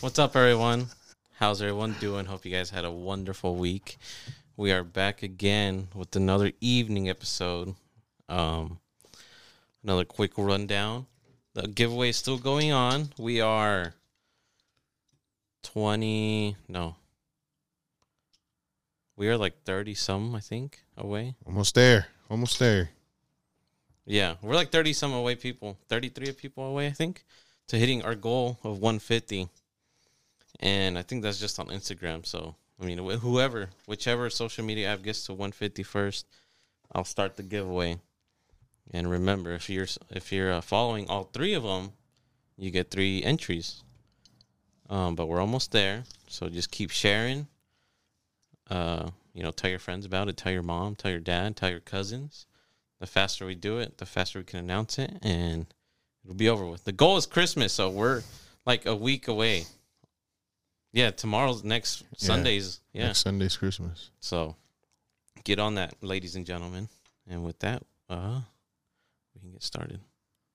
What's up, everyone? How's everyone doing? Hope you guys had a wonderful week. We are back again with another evening episode. Um, another quick rundown. The giveaway is still going on. We are 20, no. We are like 30 some, I think, away. Almost there. Almost there. Yeah, we're like 30 some away people, 33 people away, I think, to hitting our goal of 150. And I think that's just on Instagram. So, I mean, wh- whoever, whichever social media app gets to 150 first, I'll start the giveaway. And remember, if you're s- if you're uh, following all three of them, you get three entries. Um, but we're almost there, so just keep sharing. Uh, you know, tell your friends about it. Tell your mom. Tell your dad. Tell your cousins the faster we do it, the faster we can announce it, and it'll be over with. The goal is Christmas, so we're like a week away. Yeah, tomorrow's next Sunday's. Yeah. Next Sunday's Christmas. So get on that, ladies and gentlemen. And with that, uh we can get started.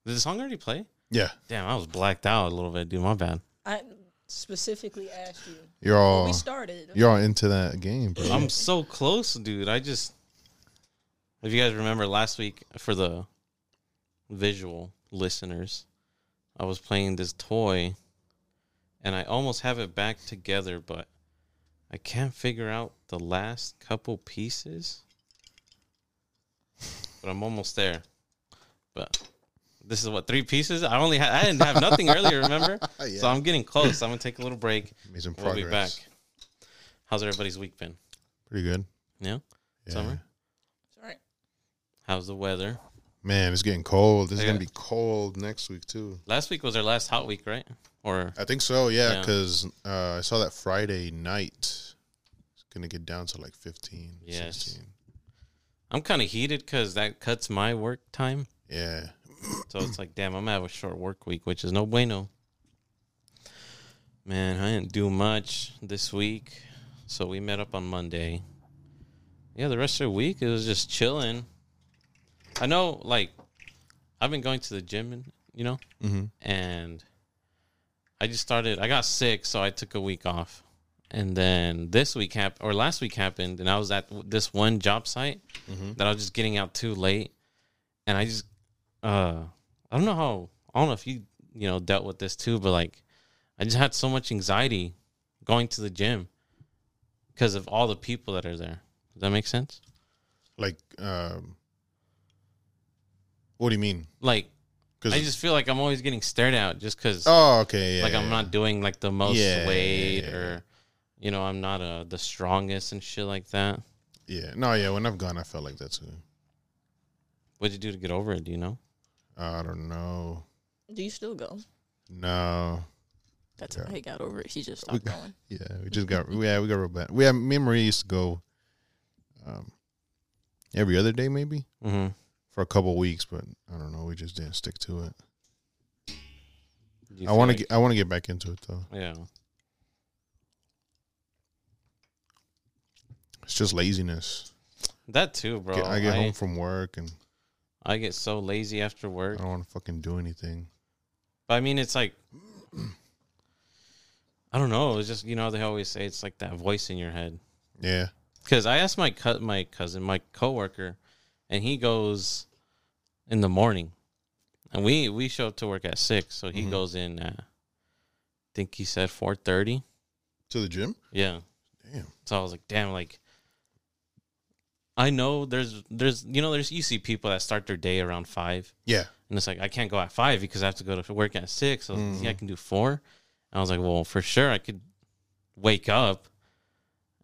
Did the song already play? Yeah. Damn, I was blacked out a little bit, dude. My bad. I specifically asked you. You're all we started. you're all into that game, bro. I'm so close, dude. I just if you guys remember last week for the visual listeners, I was playing this toy and I almost have it back together, but I can't figure out the last couple pieces. But I'm almost there. But this is what three pieces? I only had I didn't have nothing earlier, remember? Yeah. So I'm getting close. I'm gonna take a little break. Amazing We'll progress. be back. How's everybody's week been? Pretty good. Yeah. Yeah. Summer. Sorry. How's the weather? Man, it's getting cold. This is Yeah. gonna be cold next week too. Last week was our last hot week, right? Or I think so, yeah, Yeah. because uh, I saw that Friday night. It's gonna get down to like 15, Yes. 16. I'm kind of heated because that cuts my work time. Yeah. So it's like, damn, I'm gonna have a short work week, which is no bueno. Man, I didn't do much this week, so we met up on Monday. Yeah, the rest of the week it was just chilling. I know, like, I've been going to the gym, and you know, Mm-hmm. and I just started. I got sick, so I took a week off, and then this week happened, or last week happened, and I was at w- this one job site Mhm. that I was just getting out too late, and I just, uh, I don't know how. I don't know if you you know dealt with this too, but like, I just had so much anxiety going to the gym because of all the people that are there. Does that make sense? Like, um, what do you mean? Like, Because I just feel like I'm always getting stared at just because. oh, okay, yeah, like I'm yeah, not doing like the most Yeah, yeah, weight yeah, yeah. or you know I'm not uh the strongest and shit like that. Yeah, no, yeah. When I've gone, I felt like that too. What'd you do to get over it? Do you know? I don't know. Do you still go? No, That's Yeah. how he got over it. He just stopped going. Yeah, we just got yeah, we got real bad. We have me and Maria used to go um every other day maybe Mm-hmm. for a couple weeks, but I don't know, we just didn't stick to it. I want to get I want to get back into it though. yeah. It's just laziness. That too, bro. Get- I I get I, home from work and get so lazy after I work. don't want to fucking do anything. But I mean, it's like I don't know. It's just you know they always say it's like that voice in your head. Yeah. Because I asked my co- my cousin, my coworker, and he goes in the morning, and we we show up to work at six, so he Mhm. goes in. Uh, I think he said four thirty. To the gym? Yeah. Damn. So I was like, damn, like I know there's there's you know there's you see people that start their day around five, Yeah. and it's like I can't go at five because I have to go to work at six. So I was like, Mhm. yeah, I can do four. And I was like, well, for sure I could wake up,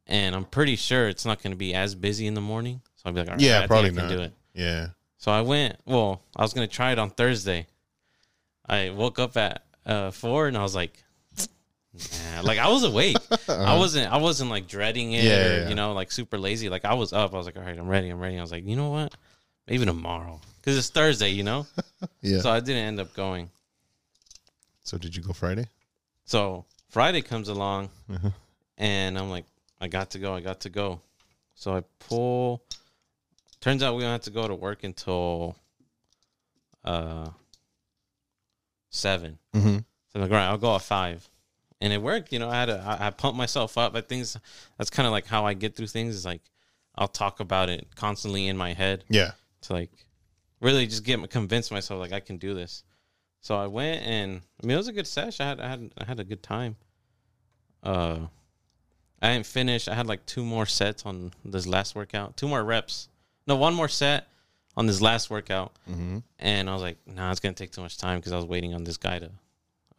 and I'm pretty sure it's not going to be as busy in the morning. So I'd be like, all right, Yeah, I think probably I can not. do it. Yeah. So I went. Well, I was gonna try it on Thursday. I woke up at uh, four and I was like, nah. like I was awake. Uh, I wasn't. I wasn't like dreading it. Uh-huh. Yeah, or, yeah, yeah. You know, like super lazy. Like I was up. I was like, all right, I'm ready. I'm ready. I was like, you know what? Maybe tomorrow because it's Thursday. You know. Yeah. So So, I didn't end up going. did you go Friday? So Friday comes along Uh-huh. and I'm like, I got to go. I got to go. So I pull. Turns out we don't have to go to work until uh seven. Mm-hmm. So I'm like, all right, I'll go at five. and it worked. You know, I had a, I, I pumped myself up. I think that's kind of like how I get through things. Is like I'll talk about it constantly in my head Yeah. to like really just get convince myself like I can do this. So I went and I mean it was a good sesh. I had I had I had a good time. Uh I didn't finish. I had like two more sets on this last workout. Two more reps. No, one more set on this last workout. Mm-hmm. And I was like, nah, it's gonna take too much time because I was waiting on this guy to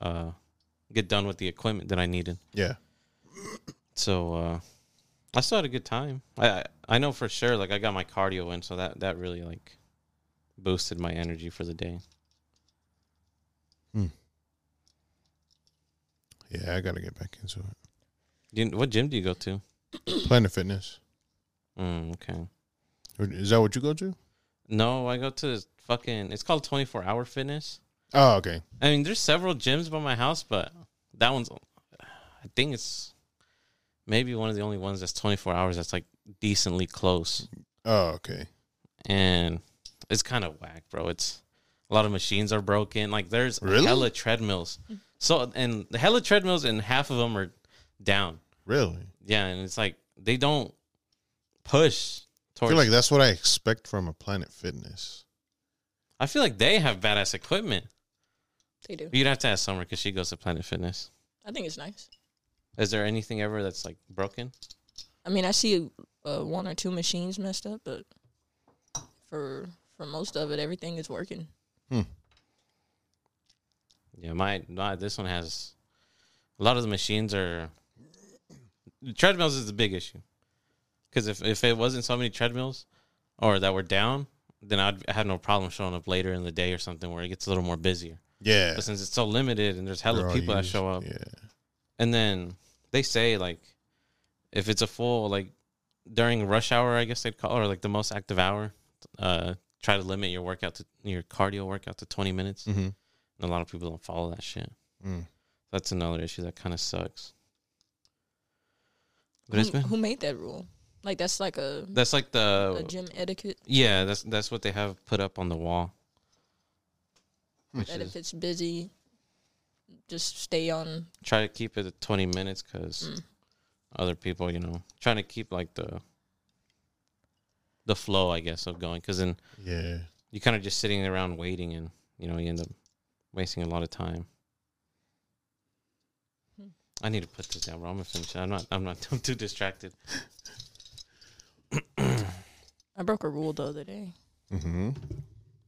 uh get done with the equipment that I needed. Yeah. So uh I still had a good time. I I- I know for sure like I got my cardio in, so that that really like boosted my energy for the day. Yeah. I got to get back into it. You, what gym do you go to? Planet Fitness. Mm, okay. Is that what you go to? No, I go to this fucking it's called 24 Hour Fitness. Oh, okay. I mean, there's several gyms by my house, but that one's I think it's maybe one of the only ones that's 24 hours that's like decently close. Oh, okay. and it's kind of whack, bro. It's a lot of machines are broken. Like there's Really? hella treadmills. So and the hella treadmills and half of them are down. Really? Yeah, and it's like they don't push I towards. feel like that's what I expect from a Planet Fitness. they have badass equipment. They do. But you'd have to ask Summer because she goes to Planet Fitness. I think it's nice. Is there anything ever that's like broken? I mean, I see uh, one or two machines messed up, but for for most of it, everything is working. Yeah, my, my this one has a lot of the machines are treadmills is the big issue because if if it wasn't so many treadmills or that were down, then I'd have no problem showing up later in the day or something where it gets a little more busier. Yeah. But since it's so limited and there's hella They're all people that used. show up, Yeah. and then they say like if it's a full like during rush hour, I guess they'd call or like the most active hour, uh, try to limit your workout to your cardio workout to twenty minutes. Mm-hmm. And a lot of people don't follow that shit. Mm. That's another issue that kind of sucks. But Who, it's been who made that rule? Like that's like a, that's like a the gym etiquette yeah that's that's what they have put up on the wall. Which that if is, it's busy, just stay on. try to keep it at twenty minutes because Mm. other people you know trying to keep like the the flow I guess of going because then Yeah. you kind of just sitting around waiting and you know you end up wasting a lot of time. Hmm. I need to put this down, bro. I'm gonna finish. it. I'm not. I'm not. I'm too distracted. I broke a rule the other day. Mm-hmm.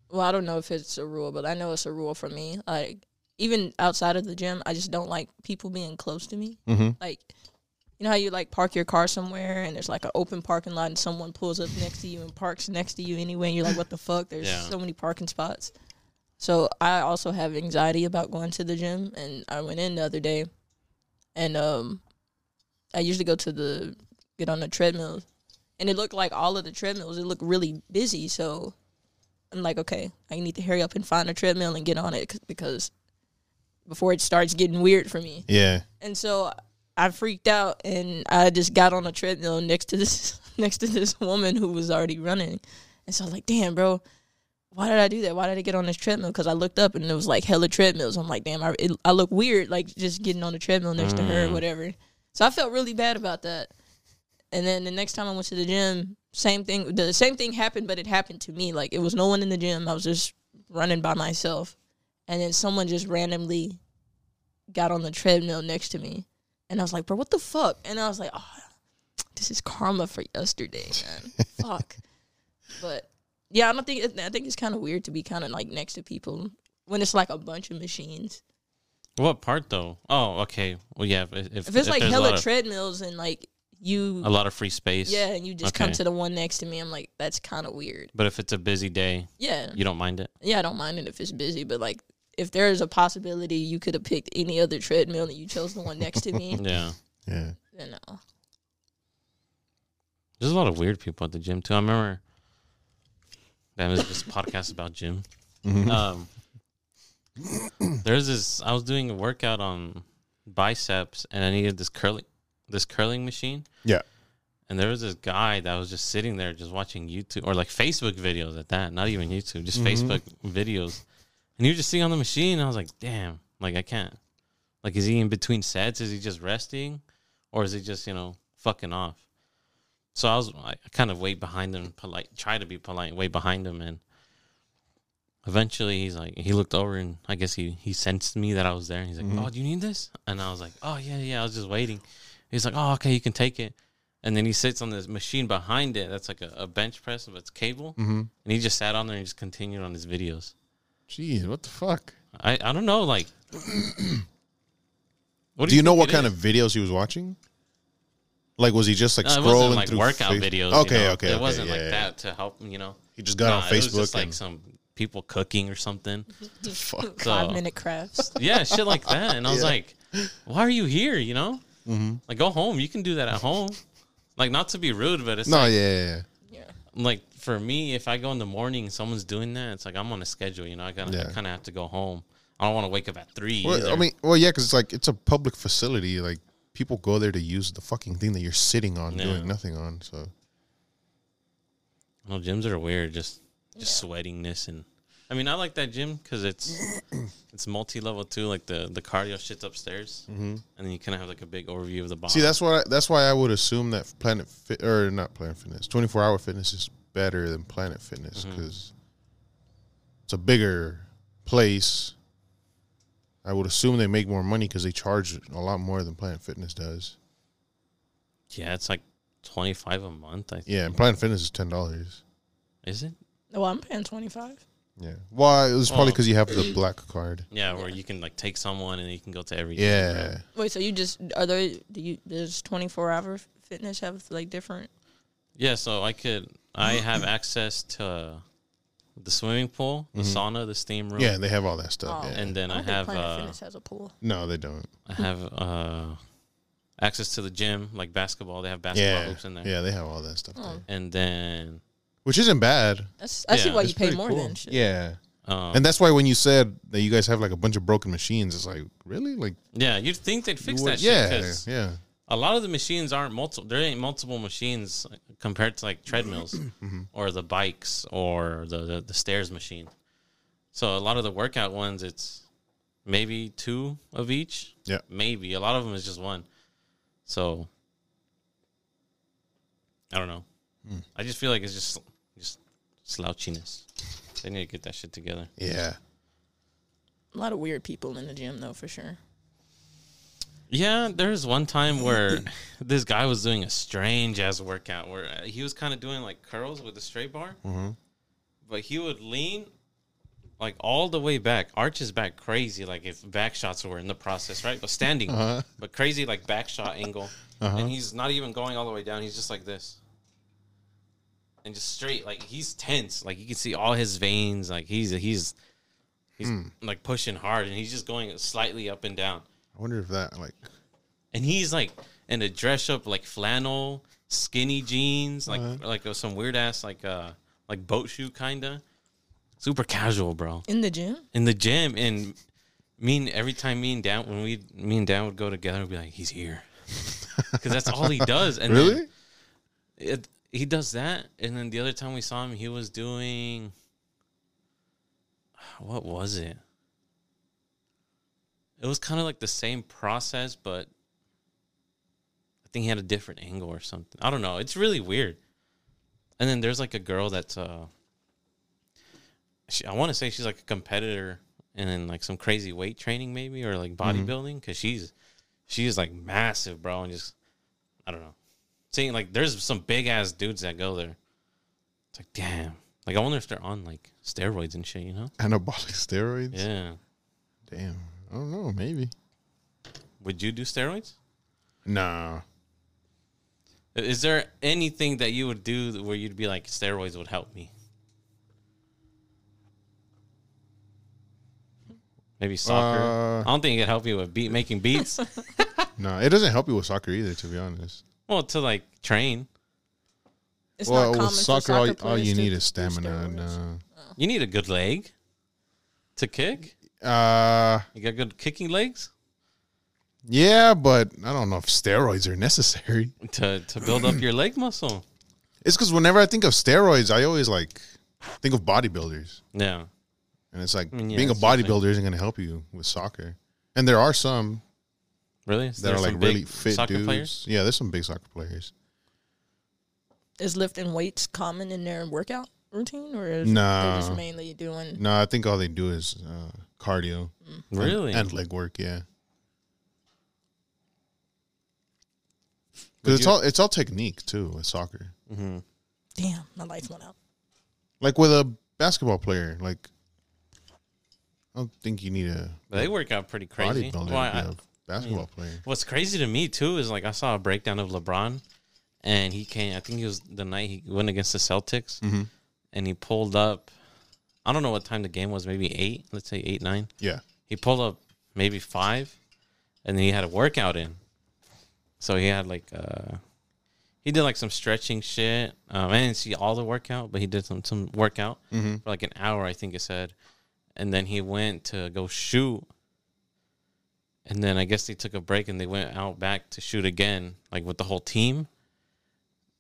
Well, I don't know if it's a rule, but I know it's a rule for me. Like even outside of the gym, I just don't like people being close to me. Mm-hmm. like you know how you like park your car somewhere and there's like an open parking lot and someone pulls up next to you and parks next to you anyway and you're like what the fuck there's Yeah. so many parking spots so i also have anxiety about going to the gym and i went in the other day and um i usually go to the get on the treadmill and it looked like all of the treadmills it looked really busy so i'm like okay i need to hurry up and find a treadmill and get on it 'cause- because before it starts getting weird for me Yeah. and so I freaked out and I just got on a treadmill next to this next to this woman who was already running. And so I was like, damn, bro, why did I do that? Why did I get on this treadmill? Because I looked up and it was like hella treadmills. I'm like, damn, I it, I look weird like just getting on the treadmill next to her or Mm. whatever. So I felt really bad about that. And then the next time I went to the gym, same thing. The same thing happened, but it happened to me. Like it was no one in the gym. I was just running by myself, and then someone just randomly got on the treadmill next to me, and I was like, "Bro, what the fuck?" And I was like, "Oh, this is karma for yesterday, man. fuck." But yeah, I don't think I think it's kind of weird to be kind of like next to people when it's like a bunch of machines. What part though? Oh, okay. Well, yeah. If, if, If it's like there's a lot hella of- treadmills and like you, a lot of free space. yeah, and you just come Okay. to the one next to me, I'm like, that's kind of weird. But if it's a busy day, Yeah. you don't mind it. Yeah, I don't mind it if it's busy, but like if there is a possibility you could have picked any other treadmill and you chose the one next to me, Yeah. Yeah. Mm-hmm. then uh, no. There's a lot of weird people at the gym too. I remember that was this podcast about gym. Mm-hmm. Um, there's this. I was doing a workout on biceps, and I needed this curling, this curling machine. Yeah. And there was this guy that was just sitting there, just watching YouTube or like Facebook videos at that. Not even YouTube, just Mhm. Facebook videos. And you just sitting on the machine. And I was like, damn, like I can't. Like, is he in between sets? Is he just resting, or is he just you know fucking off? So I was I kind of wait behind him, polite, try to be polite, wait behind him, and eventually he's like, he looked over and I guess he he sensed me that I was there, and he's like, Mhm. "Oh, do you need this?" And I was like, "Oh yeah, yeah." I was just waiting. He's like, "Oh, okay, you can take it." And then he sits on this machine behind it. That's like a, a bench press, but it's cable. Mm-hmm. And he just sat on there and just continued on his videos. Jeez, what the fuck? I, I don't know, like. what Do you know think what it kind is? of videos he was watching? Like, was he just like No, Uh, it scrolling wasn't like through workout Face- videos. Okay, you know? okay, It okay, wasn't like yeah, yeah. that to help. You know, He just got Nah, on It was Facebook just like and some people cooking or something. fuck. So- Five minute crafts. Yeah, shit like that. And I was Yeah. Mm-hmm. like, "Why are you here? You know, like go home. You can do that at home. Like not to be rude, but it's No, like, yeah, yeah, yeah. yeah. like for me, if I go in the morning, and someone's doing that. It's like I'm on a schedule. You know, I gotta Yeah. kind of have to go home. I don't want to wake up at three. Well, I either. mean, well, yeah, because it's like it's a public facility. Like people go there to use the fucking thing that you're sitting on, Yeah. doing nothing on. So No, gyms are weird. Just just sweatingness and. I mean, I like that gym because it's it's multi level too. Like the the cardio shit's upstairs, and then you kind of have like a big overview of the body. Mm-hmm. see, that's why that's why I would assume that Planet Fit or not Planet Fitness, twenty four hour fitness is better than Planet Fitness Mm-hmm. because it's a bigger place. I would assume they make more money because they charge a lot more than Planet Fitness does. yeah, it's like twenty five a month. I think. Yeah, and Planet Fitness is ten dollars. Is it? Well, I'm paying twenty five. Yeah, well, it was probably Oh. because you have the black card. Yeah, where you can like take someone and you can go to every. Yeah, Wait, so you just are there? Do you does twenty four hour fitness have like different? Yeah, so I could. I have access to the swimming pool, the sauna, the steam room. Mm-hmm. yeah, they have all that stuff. Oh. yeah. and then I I, don't think have Planet uh, Fitness has a pool. no, they don't. I have uh access to the gym, like basketball. They have basketball yeah. hoops in there. Oh. Yeah, they have all that stuff, there. And then which isn't bad. That's, I see Yeah, why it's you pay Pretty more cool. than shit. Yeah, um, and that's why when you said that you guys have like a bunch of broken machines, it's like really like Yeah, you'd think they'd fix you that would- shit yeah, 'cause yeah, a lot of the machines aren't multiple. There ain't multiple machines compared to like treadmills or the bikes or the, the the stairs machine. So a lot of the workout ones, it's maybe two of each. Yeah. maybe a lot of them is just one. So I don't know. I just feel like it's just just slouchiness. They need to get that shit together. yeah. A lot of weird people in the gym though, for sure. Yeah, there was one time where this guy was doing a strange ass workout where uh, he was kind of doing like curls with a straight bar, but he would lean like all the way back, arch his back crazy, like if back shots were in the process, right? But standing, but crazy like back shot angle, and he's not even going all the way down. He's just like this, and just straight. Like he's tense, like you can see all his veins. Like he's he's he's like pushing hard, and he's just going slightly up and down I wonder if that like and he's like in a dress up like flannel skinny jeans like like uh, some weird ass like uh like boat shoe kinda super casual bro In the gym, in the gym and me and every time me and Dan when we me and Dan would go together we'd be like he's here because that's all he does and then really it, he does that and then the other time we saw him he was doing what was it it was kind of like the same process but i think he had a different angle or something i don't know it's really weird and then there's like a girl that's uh she, i want to say she's like a competitor and then like some crazy weight training maybe or like bodybuilding because she's she's like massive bro and just i don't know seeing like there's some big ass dudes that go there. It's like damn. Like I wonder if they're on like steroids and shit, you know? anabolic steroids. Yeah. Damn, I don't know. Maybe Would you do steroids? nah. I- Is there anything that you would do where you'd be like steroids would help me? Maybe soccer. Uh, I don't think it'd help you with beat making beats. No, it doesn't help you with soccer either, to be honest. well, to like train, it's well, not with common. soccer, for all, soccer you- all you players to need is do stamina. steroids. And, uh, you need a good leg to kick. uh, You got good kicking legs yeah, but I don't know if steroids are necessary. to to build up your leg muscle. It's because whenever I think of steroids, I always like think of bodybuilders. Yeah. And it's like mean, yeah, being a that's the thing. bodybuilder isn't going to help you with soccer. And there are some Really? Is that there are some like big really fit soccer dudes. players? Yeah, there's some big soccer players. Is lifting weights common in their workout routine, or is they're Nah, just mainly doing? no, I think all they do is uh, cardio, and- Really? and, leg work. Yeah, Would because it's you- all it's all technique too with soccer. Damn, my lights went out. Like with a basketball player, like I don't think you need a they work out pretty crazy. bodybuilder Well, I- to be a basketball player. What's crazy to me too is like I saw a breakdown of LeBron, and he came. I think he was the night he went against the Celtics, Mm-hmm. and he pulled up. I don't know what time the game was. Maybe eight. Let's say eight nine. Yeah, He pulled up maybe five, and then he had a workout in. So he had like uh, he did like some stretching shit. Um, I didn't see all the workout, but he did some some workout for like an hour, I think it said. And then he went to go shoot. And then I guess they took a break and they went out back to shoot again, like with the whole team.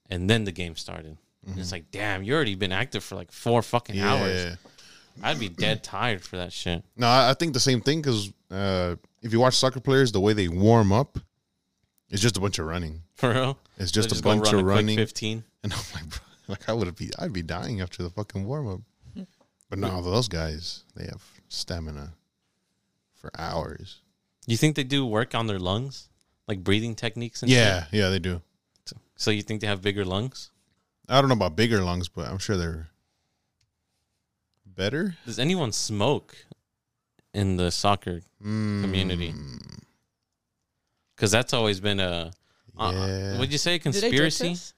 And then the game started. And It's like, damn, you already been active for like four fucking yeah. hours. I'd be dead tired for that shit. No, I I think the same thing because uh, if you watch soccer players, the way they warm up is just a bunch of running. For real? It's just They'll a go bunch run of a quick running. 15. And I'm like, bro, like I would be, I'd be dying after the fucking warm up. But no, those guys, they have stamina for hours. You think they do work on their lungs? Like breathing techniques and Yeah, yeah, they do. shit? So you think they have bigger lungs? I don't know about bigger lungs, but I'm sure they're better. Does anyone smoke in the soccer Mm, community? Because that's always been a. Uh, Yeah. Would you say a Do they drug conspiracy? test?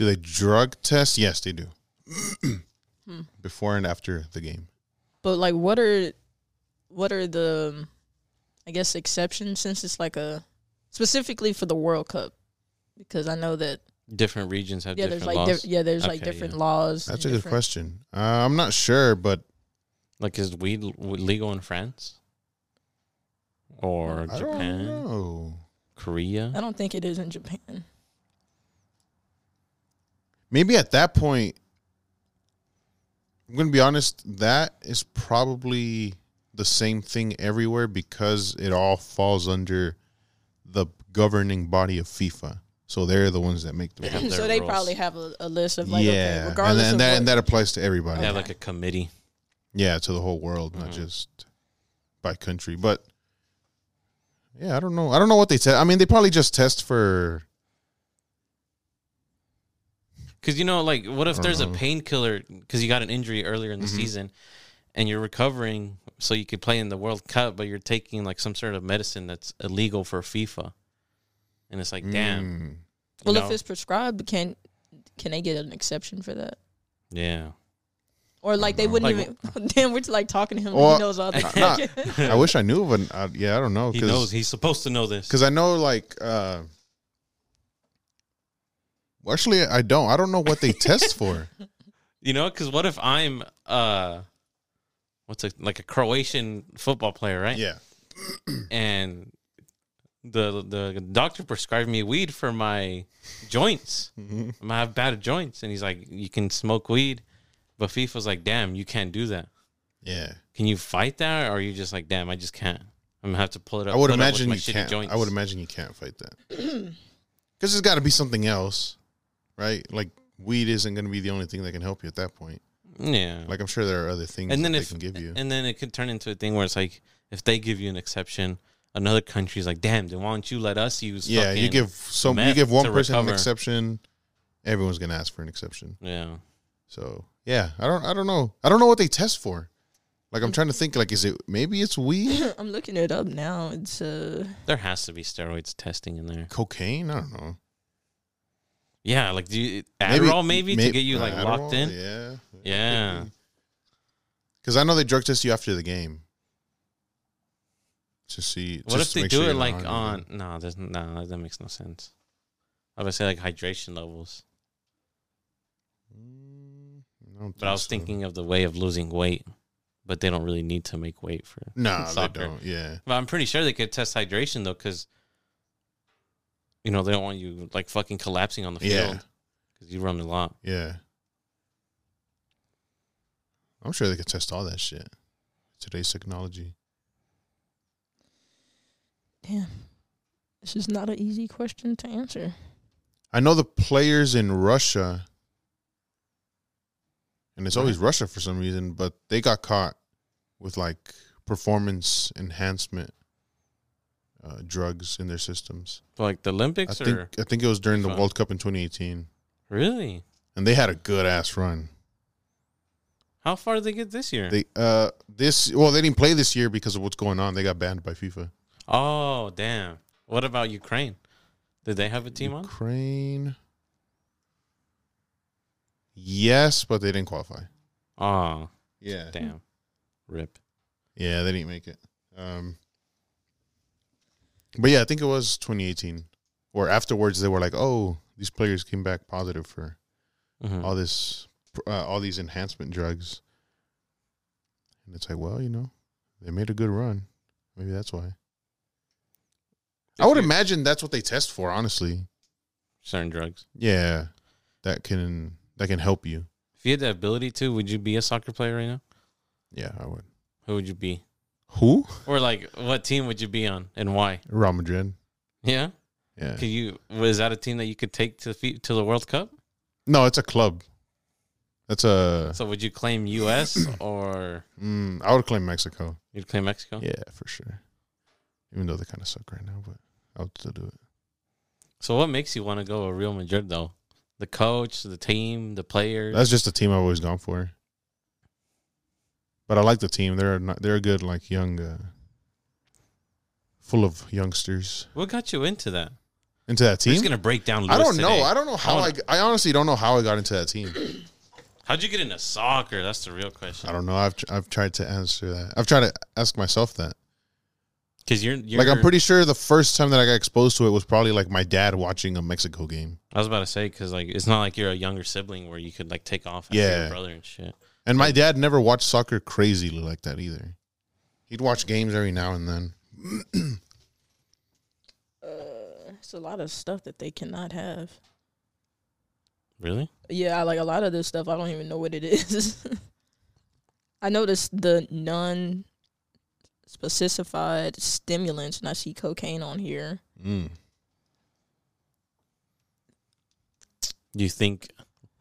Do they drug test? Yes, they do. Before and after the game. But like, what are, what are the, um, I guess exceptions since it's like a, specifically for the World Cup, because I know that Different regions have yeah, different there's like laws. diff- yeah, there's like Okay, different yeah. laws. That's a and good different- question. Uh, I'm not sure, but Like is weed l- legal in France or I don't Japan, know. Korea? I don't think it is in Japan. Maybe at that point, I'm going to be honest, that is probably the same thing everywhere because it all falls under the governing body of FIFA. So they're the ones that make the rules. have so their they rules. probably have a, a list of like okay, yeah, and, regardless and of that what, and that applies to everybody. Oh, They Yeah, have like a committee. to the whole world, not Mhm. just by country. But yeah, I don't know. I don't know what they test. I mean, they probably just test for Because you know, like, what if don't there's a know. painkiller because you got an injury earlier in the season, and you're recovering so you could play in the World Cup, but you're taking like some sort of medicine that's illegal for FIFA, and it's like, damn, Mm. well, No. if it's prescribed, can can they get an exception for that? yeah, Or like they know. wouldn't Like- even. Damn, we're just like talking to him. Or- he knows all the Nah, mm, I wish I knew, but uh, yeah, I don't know. he 'cause- knows he's supposed to know this. because I know like uh well, actually I don't I don't know what they test for. You know, because what if I'm uh, what's a like a Croatian football player, right? Yeah, and the the doctor prescribed me weed for my joints. Mm-hmm. I have bad joints, and he's like, "You can smoke weed," but FIFA's like, "Damn, you can't do that. yeah. Can you fight that, or are you just like, damn, I just can't. I'm gonna have to pull it up." I would put up with imagine my you shitty can't. joints." I would imagine you can't fight that because there's got to be something else, right? Like weed isn't going to be the only thing that can help you at that point. Yeah. Like I'm sure there are other things and that then they if can give you. and then it could turn into a thing where it's like, if they give you an exception, another country's like, damn, then why don't you let us use? yeah, you fucking- give some. You meth give one to person an recover. exception. Everyone's going to ask for an exception. Yeah. So yeah, I don't. I don't know. I don't know what they test for. Like Mm. I'm trying to think. Like is it maybe it's weed, I'm looking it up now. It's uh, There has to be steroids testing in there. cocaine? I don't know. Yeah, like do you, Adderall maybe, may- to get you like Adderall, locked in. Yeah. Yeah. Because I know they drug test you after the game to see. What if just to they make do sure it you're not like on? anything. No, there's no. That makes no sense. I would say like hydration levels, Mm, I don't but I think was so. thinking of the way of losing weight, but they don't really need to make weight for. No, soccer. they don't. Yeah. But I'm pretty sure they could test hydration though, because you know they don't want you like fucking collapsing on the Yeah. field because you run a lot. Yeah. I'm sure they could test all that shit. Today's technology. damn. This is not an easy question to answer. I know the players in Russia, and it's always Russia for some reason, but they got caught with like performance enhancement uh, drugs in their systems. Like the I Olympics, think or I think it was during the FIFA? World Cup in 2018, really? and they had a good ass run. How far did they get this year? They uh this well they didn't play this year because of what's going on. They got banned by FIFA. oh, damn. What about Ukraine? Did they have a team on? Ukraine. Yes, but they didn't qualify. Oh, Yeah. damn. Rip. Yeah, they didn't make it. Um, but yeah, I think it was 2018. Or afterwards, they were like, "Oh, these players came back positive for Mhm. all this, uh, all these enhancement drugs." And it's like, well, you know, they made a good run. Maybe that's why. I If would you- imagine that's what they test for, honestly. certain drugs. Yeah, that can that can help you. If you had the ability to, would you be a soccer player right now? Yeah, I would. Who would you be? Who? Or like, what team would you be on and why? Real Madrid. Yeah, Yeah. could you? Was that a team that you could take to the fe- to the World Cup? No, it's a club. That's a. So would you claim U.S. or Mm, I would claim Mexico. you'd claim Mexico? Yeah, for sure. Even though they kind of suck right now, but I would still do it. So what makes you want to go a Real Madrid though? The coach, the team, the players. That's just the team I've always gone for. But I like the team. They're not, they're a good, like young, uh, full of youngsters what got you into that? into that He's team. gonna break down. I Lewis don't know. today. I don't know how I I. wanna- I honestly don't know how I got into that team. How'd you get into soccer? That's the real question. I don't know. I've tr- I've tried to answer that. I've tried to ask myself that. Because you're, you're Like I'm pretty sure the first time that I got exposed to it was probably like my dad watching a Mexico game. I was about to say because like it's not like you're a younger sibling where you could like take off after Yeah. your brother and shit. And my dad never watched soccer crazily like that either. He'd watch games every now and then. Uh, It's a lot of stuff that they cannot have. Really? Yeah, like a lot of this stuff, I don't even know what it is. I noticed the non specified stimulants, and I see cocaine on here. Do you think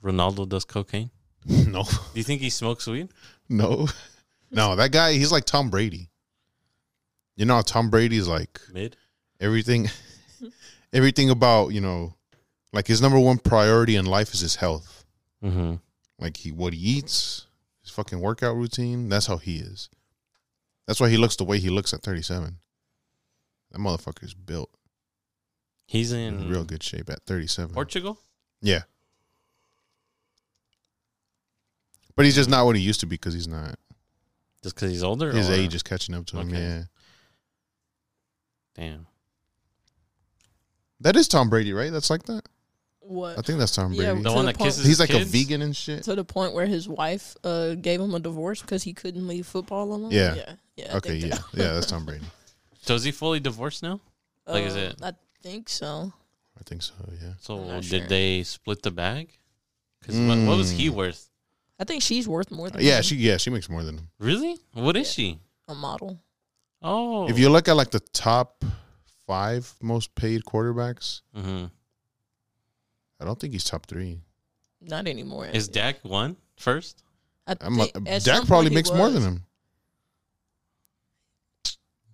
Ronaldo does cocaine? No, Do you think he smokes weed? no, no. That guy, he's like Tom Brady. You know, how Tom Brady's like Mid. everything, everything about you know, like his number one priority in life is his health. Mm-hmm. Like he, what he eats, his fucking workout routine. That's how he is. That's why he looks the way he looks at thirty-seven. That motherfucker's built He's in in Mm, real good shape at thirty-seven. Portugal. Yeah. But he's just not what he used to be because he's not. Just because he's older. His or- age is catching up to him. Okay. Yeah. Damn. That is Tom Brady, right? That's like that? What? I think that's Tom Yeah, Brady. The To one the that point- kisses. he's like kids? a vegan and shit. to the point where his wife uh, gave him a divorce because he couldn't leave football alone. Yeah. yeah, yeah. I Okay, think yeah. that- Yeah, that's Tom Brady. So is he fully divorced now? Like, is Um, it- I think so. I think so, yeah. So I'm not did sure. they split the bag? Because what, what was he Mm. worth? I think she's worth more than Yeah, him, she yeah, she makes more than him. Really? What is she? a model. Oh. If you look at like the top five most paid quarterbacks, hmm I don't think he's top three. Not anymore. Is Dak one first? I I'm a, think at some Dak point probably he makes more was. than him.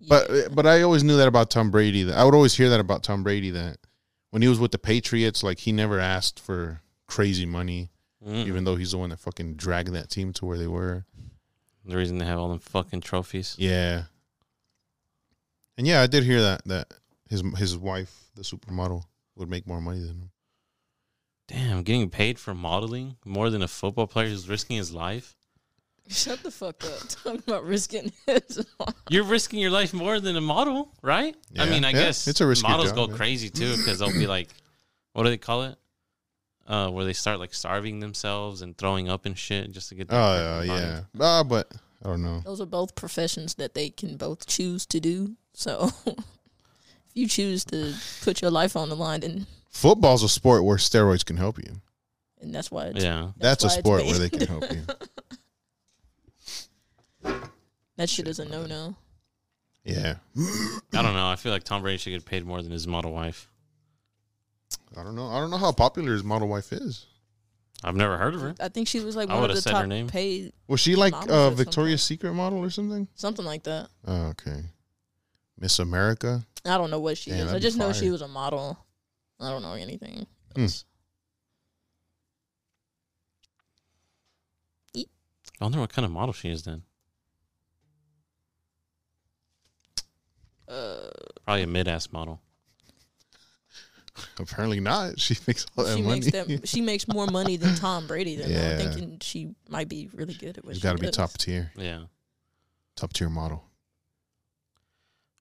Yeah. But but I always knew that about Tom Brady. That I would always hear that about Tom Brady that when he was with the Patriots, like he never asked for crazy money, Mm. even though he's the one that fucking dragged that team to where they were. The reason they have all them fucking trophies. Yeah. And yeah, I did hear that that his his wife, the supermodel, would make more money than him. Damn, getting paid for modeling more than a football player who's risking his life. Shut the fuck up. Talking about risking his life. You're risking your life more than a model, right? I Yeah. mean, I Yeah, guess it's a risky models job, go man. crazy too because they'll be like, what do they call it? Uh, where they start like starving themselves and throwing up and shit just to get. Oh that perfect body. yeah, Ah, but I don't know. Those are both professions that they can both choose to do. So if you choose to put your life on the line, then Football's a sport where steroids can help you. and that's why it's, Yeah. That's, why a it's sport where banned. they can help you. that shit is a no no. Yeah. I don't know. I feel like Tom Brady should get paid more than his model wife. I don't know. I don't know how popular his model wife is. I've never heard of her. I think she was like I one of would've the said her top name. paid, Was she like Models or uh, something. Victoria's Secret model or something? something like that. Oh, okay. Miss America. I don't know what she Damn, is. that'd I be just know fire. she was a model. I don't know anything. Hmm. else. I wonder what kind of model she is then. Uh, Probably a mid ass model. Apparently not. She makes all that she money. makes that. She makes more money than Tom Brady. Then Yeah. I'm thinking she might be really good at what She's she got to be does. top tier. Yeah. Top tier model.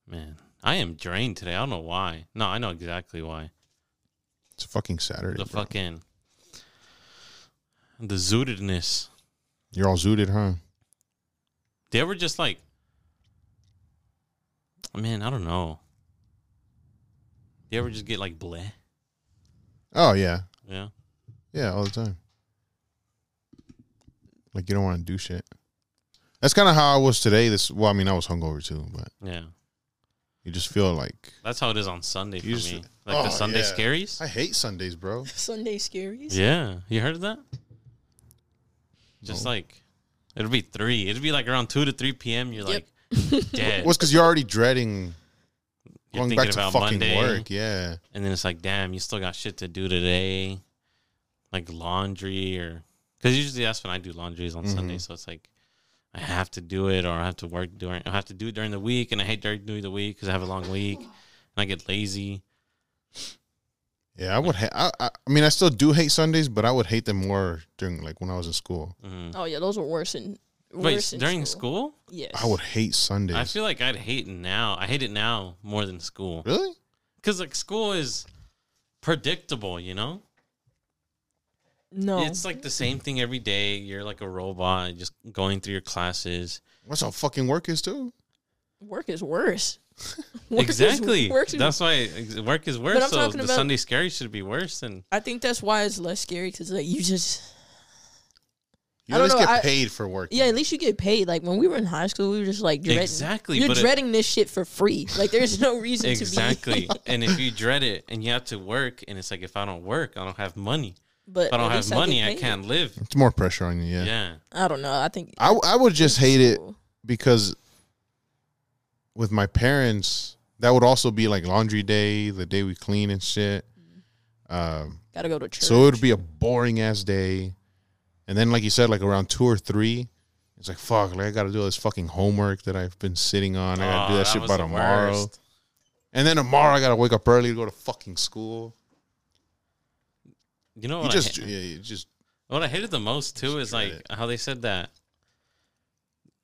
Man. I am drained today. I don't know why. No, I know exactly why. It's fucking Saturday. The bro. fucking the zootedness. You're all zooted, huh? They were just like Man, I don't know. They ever just get like bleh? Oh yeah, Yeah. yeah, all the time. Like you don't want to do shit. That's kind of how I was today. This well, I mean, I was hungover too, but Yeah. you just feel like That's how it is on Sunday for You just- me. Like the Oh, Sunday yeah. scaries. I hate Sundays, bro. Sunday scaries. Yeah, you heard of that? Just No. like it'll be three. It'll be like around two to three p.m. You're Yep. like dead. What's because you're already dreading You're going back to fucking work. Yeah, and then it's like, damn, you still got shit to do today, like laundry or because usually that's when I do laundries on Sunday. Mhm. So it's like I have to do it or I have to work during. I have to do it during the week, and I hate during during the week because I have a long week and I get lazy. yeah. I would. Ha- I, I, I mean, I still do hate Sundays, but I would hate them more during like when I was in school. Mhm. Oh yeah, those were worse in. Wait, worse in during school? Yes. I would hate Sundays. I feel like I'd hate now. I hate it now more than school. really. because like school is predictable you know No. it's like the same thing every day you're like a robot just going through your classes That's how fucking work is too. work is worse. Work is- exactly work is- that's why ex- work is worse I'm so talking the about- sunday scary should be worse than I think that's why it's less scary because like you just You I at don't least know, get I- e- paid for work. yeah. At least you get paid. Like when we were in high school, we were just like dreading. Exactly, You're but it- dreading this shit for free. Like there's no reason to be. exactly and if you dread it and you have to work and it's like if i don't work i don't have money But if i don't at have least money get i, paid. can't live It's more pressure on you. Yeah. yeah, I don't know. I think I I would just hate it Cool. because with my parents, that would also be like laundry day, the day we clean and shit. Um, Gotta go to Mm. church. so it would be a boring ass day, and then like you said, like around two or three, it's like fuck, like I got to do all this fucking homework that I've been sitting on. I got to Oh, do that, shit was by the tomorrow, worst. and then tomorrow I got to wake up early to go to fucking school. you know You what just I, yeah, you just What I hated the most too is like dread how they said that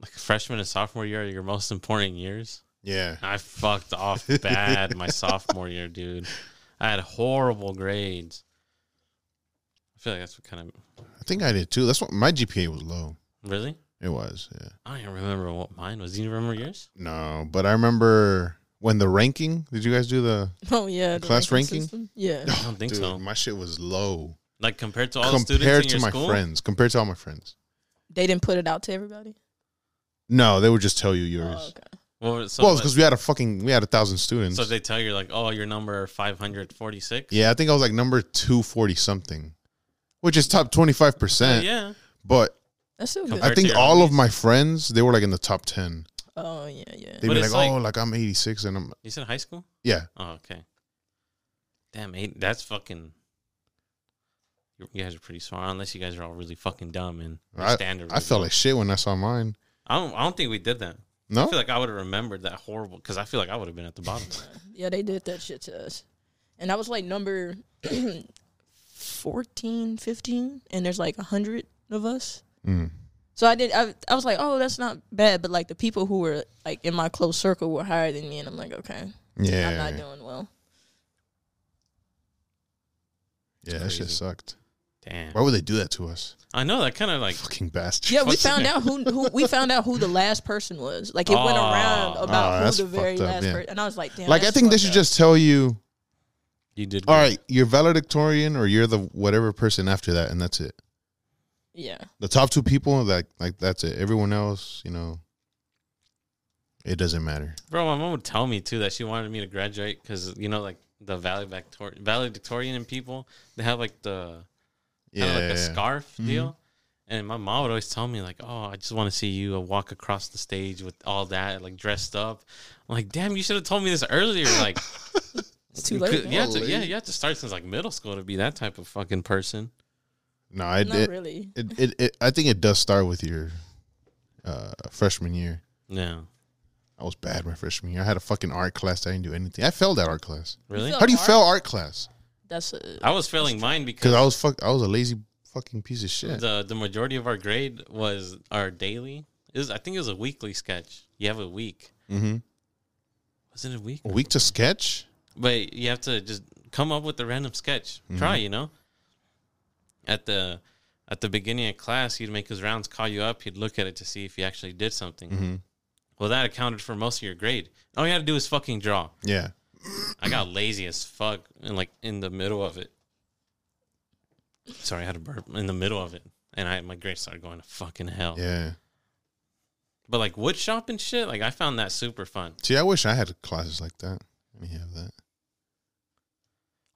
like freshman and sophomore year are your most important years. yeah. I fucked off bad my sophomore year, dude. I had horrible grades. I feel like that's what kind I think I did too. That's what my GPA was low. of really. It was yeah. I don't even remember what mine was. Do you remember yours? No, but I remember when the ranking. Did you guys do the? Oh yeah. The class ranking? system. Yeah. I don't think Dude, so. My shit was low Like compared to all the students compared in to your my school. friends. Compared to all my friends. They didn't put it out to everybody. No, they would just tell you Oh, yours. okay. What was- so well, it's what- because we had a fucking we had a thousand students. so they tell you like, oh, your number five hundred forty six. yeah, I think I was like number two forty something, which is top twenty five percent. Oh, yeah. But That's still good. Compared I think to your all of homies. my friends they were like in the top ten. Oh yeah, yeah. They'd But be like, it's "Oh, like- like I'm eighty six and I'm You said high school. yeah." Oh, okay. Damn, eight, that's fucking. You you guys are pretty smart, unless you guys are all really fucking dumb and your I, standard. I was felt low. like shit when I saw mine. I don't. I don't think we did that. No, I feel like I would have remembered that horrible because I feel like I would have been at the bottom. Yeah, they did that shit to us. And I was like number 14, 15, and there's like 100 of us. Mm. So I did, I, I was like, oh, that's not bad. But like the people who were like in my close circle were higher than me. And I'm like, okay, I'm yeah, not doing well. yeah, that shit Crazy. sucked. Damn. Why would they do that to us? I know that kind of like. Fucking bastards. Yeah, we What's- found out who, who we found out who the last person was. Like it went Oh. around Oh, about that's who the very fucked up, last yeah. person. And I was like, damn. like I that's think they fucked should up. just tell you, You did. all good. right, you're valedictorian or you're the whatever person after that, and that's it. yeah. The top two people, like like that's it. Everyone else, you know, It doesn't matter. Bro, my mom would tell me too that she wanted me to graduate because you know, like the valedictorian, valedictorian and people, they have like the Yeah. Mm-hmm. kind of like a scarf deal. And my mom would always tell me like, "Oh, I just want to see you uh, walk across the stage with all that, like dressed up." I'm like, "Damn, you should have told me this earlier." Like, It's too you late. could- now. you have to, yeah, late. you have to start since like middle school to be that type of fucking person. No, I Not did. really. It, it, it, I think it does start with your uh, freshman year. Yeah, I was bad my freshman year. I had a fucking art class. I didn't do anything. I failed that art class. really. felt- How do you Art? fail art class? That's a, I was failing mine because Because I was fuck. I was a lazy fucking piece of shit. the the majority of our grade was our daily. Is I think it was a weekly sketch. You have a week. Mm-hmm. Was it a week? A week to sketch. But you have to just come up with a random sketch. Try, you know. At the at the beginning of class, he'd make his rounds, call you up, he'd look at it to see if you actually did something. Well, that accounted for most of your grade. All you had to do was fucking draw. Yeah. I got lazy as fuck and like in the middle of it. Sorry, I had a burp in the middle of it. And I my grades started going to fucking hell. Yeah. But like wood shop and shit, like I found that super fun. See, I wish I had classes like that. Let me have that.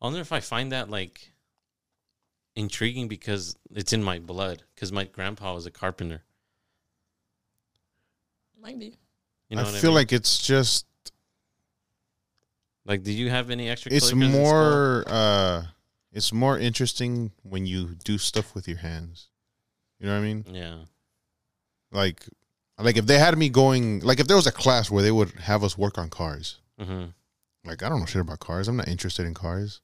I wonder if I find that like intriguing because it's in my blood. Because my grandpa was a carpenter. might be. You know I what I feel mean? like it's just like, do you have any extra? it's curriculars in school? more uh it's more interesting when you do stuff with your hands. You know what I mean? Yeah, Like like if they had me going like if there was a class where they would have us work on cars. hmm Like I don't know shit about cars. I'm not interested in cars.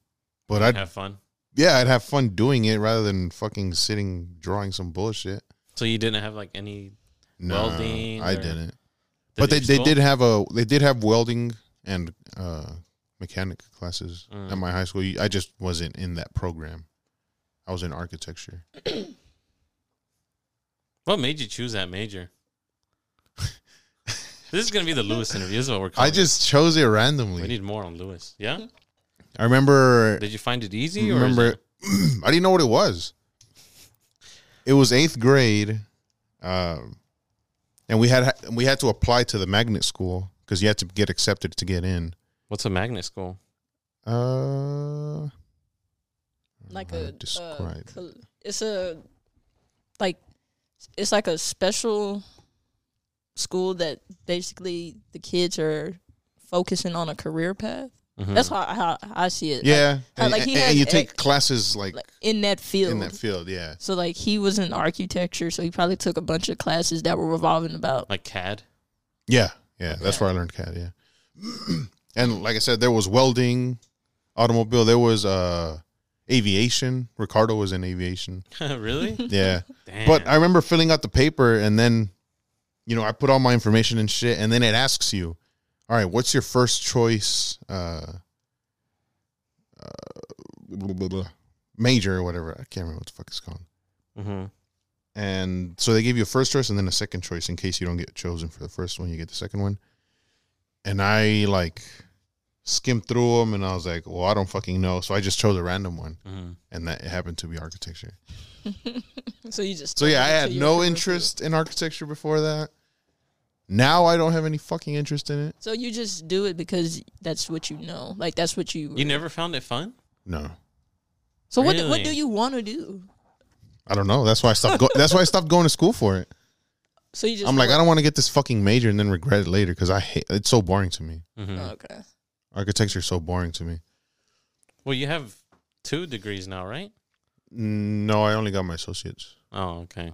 But I'd have fun. yeah, I'd have fun doing it rather than fucking sitting drawing some bullshit. So you didn't have like any, No, Welding I or- didn't. did but they, your they school? did have a they did have welding and uh, mechanic classes Mm. at my high school. I just wasn't in that program. I was in architecture. Oh, What made you choose that major? this is gonna be the Lewis interview. This is what we're calling. I it. just chose it we randomly. need more on Lewis. Yeah. I remember Did you find it easy? Or is remember it- I didn't know what it was. It was eighth grade, um, and we had we had to apply to the magnet school because you had to get accepted to get in. what's a magnet school? Uh, Like how to a describe Uh, col- it's a like it's like a special school that basically the kids are focusing on a career path. Mhm. That's how, how I see it. Hmm. yeah, how, and, uh, like, he and- and had you a- take classes like Like in that field. in that field. Yeah, so like he was in architecture, so he probably took a bunch of classes that were revolving about like CAD. yeah, yeah. That's where I learned CAD. Yeah, and like I said, there was welding, automobile. There was uh, aviation. Ricardo was in aviation. really? Yeah, Damn. but I remember filling out the paper and then, you know, I put all my information and shit, and then it asks you, all right, what's your first choice? Uh, uh, blah, blah, blah, major or whatever. I can't remember what the fuck it's called. hmm and so they give you a first choice and then a second choice in case you don't get chosen for the first one you get the second one and i like skimmed through them and i was like well i don't fucking know so i just chose a random one hmm and that it happened to be architecture so you just so yeah i throw it had to your no career interest in architecture before that now i don't have any fucking interest in it field. So you just do it because that's what you know. Like that's what you You never found it fun? no So what do- what Really? do you want to do? i don't know that's why i stopped go- that's why i stopped going to school for it So you just i'm like i don't want to get this fucking major and then regret it later because i hate it's so boring to me hmm Oh, okay. architecture is so boring to me Well, you have two degrees now, right? no i only got my associates Oh, okay.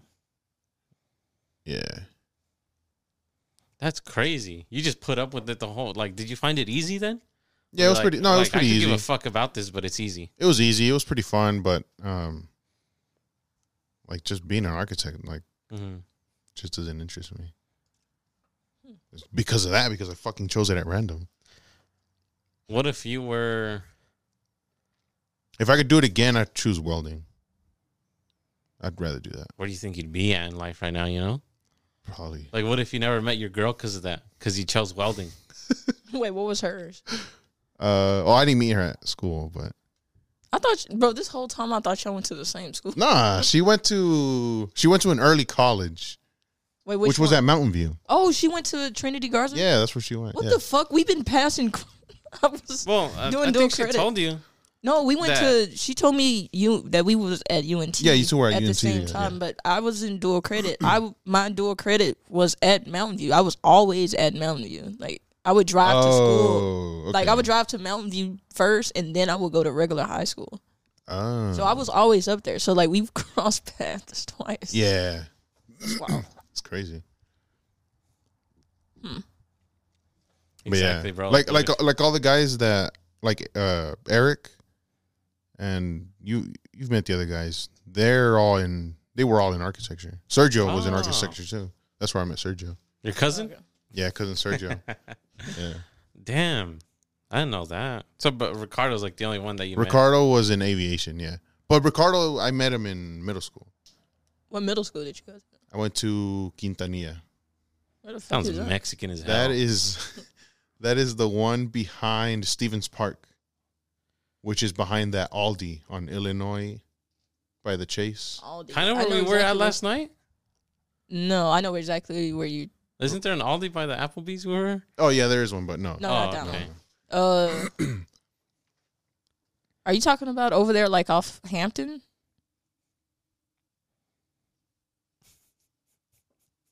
yeah That's crazy. You just put up with it the whole. Like, did you find it easy then? Yeah, it was Like- pretty. No, it was like, I pretty could easy. give a fuck about this, but it's easy. it was easy. It was pretty fun, but um, like just being an architect, like hmm just doesn't interest me. It's because of that, because I fucking chose it at random. What if you were? If I could do it again, I'd choose welding. I'd rather do that, Where do you think you'd be at in life right now? You know, probably. like what if you never met your girl because of that? Because you chose welding. Wait, what was hers? Uh, oh, I didn't meet her at school, but I thought, bro, this whole time I thought y'all went to the same school. nah, she went to she went to an early college, Wait, which, which, was one? at Mountain View. Oh, she went to Trinity Garden. Yeah, that's where she went. What yeah. the fuck? We've been passing. I was, Well, I, Doing I dual think she credit. told you. no, we went that. to. She told me you that we was at UNT. Yeah, you two were at the UNT, same yeah, time, yeah. but I was in dual credit. I my dual credit was at Mountain View. I was always at Mountain View. Like I would drive to school. oh, okay. Like I would drive to Mountain View first, and then I would go to regular high school. Oh. So I was always up there. So like we've crossed paths twice. yeah, Wow. it's crazy. But Exactly, yeah. bro. Like I like uh, wish- like all the guys that like uh Eric and you you've met the other guys. They're all in they were all in architecture. Sergio was in Oh. architecture too. That's where I met Sergio. your cousin. Yeah, cousin Sergio. yeah. Damn, I didn't know that. So, but Ricardo's like the only one that you met. Ricardo was in aviation, yeah. But Ricardo I met him in middle school. What middle school did you go to? I went to Quintanilla. Where the fuck Sounds is that? Mexican as hell. That is that is the one behind Stevens Park, which is behind that Aldi on Illinois by the Chase. Aldi. kind of I where know we were at exactly where- last night. No, I know exactly where you. Isn't there an Aldi by the Applebee's we were? Oh yeah, there is one, but no. No, not that Oh, okay. one. Uh, are you talking about over there, like off Hampton?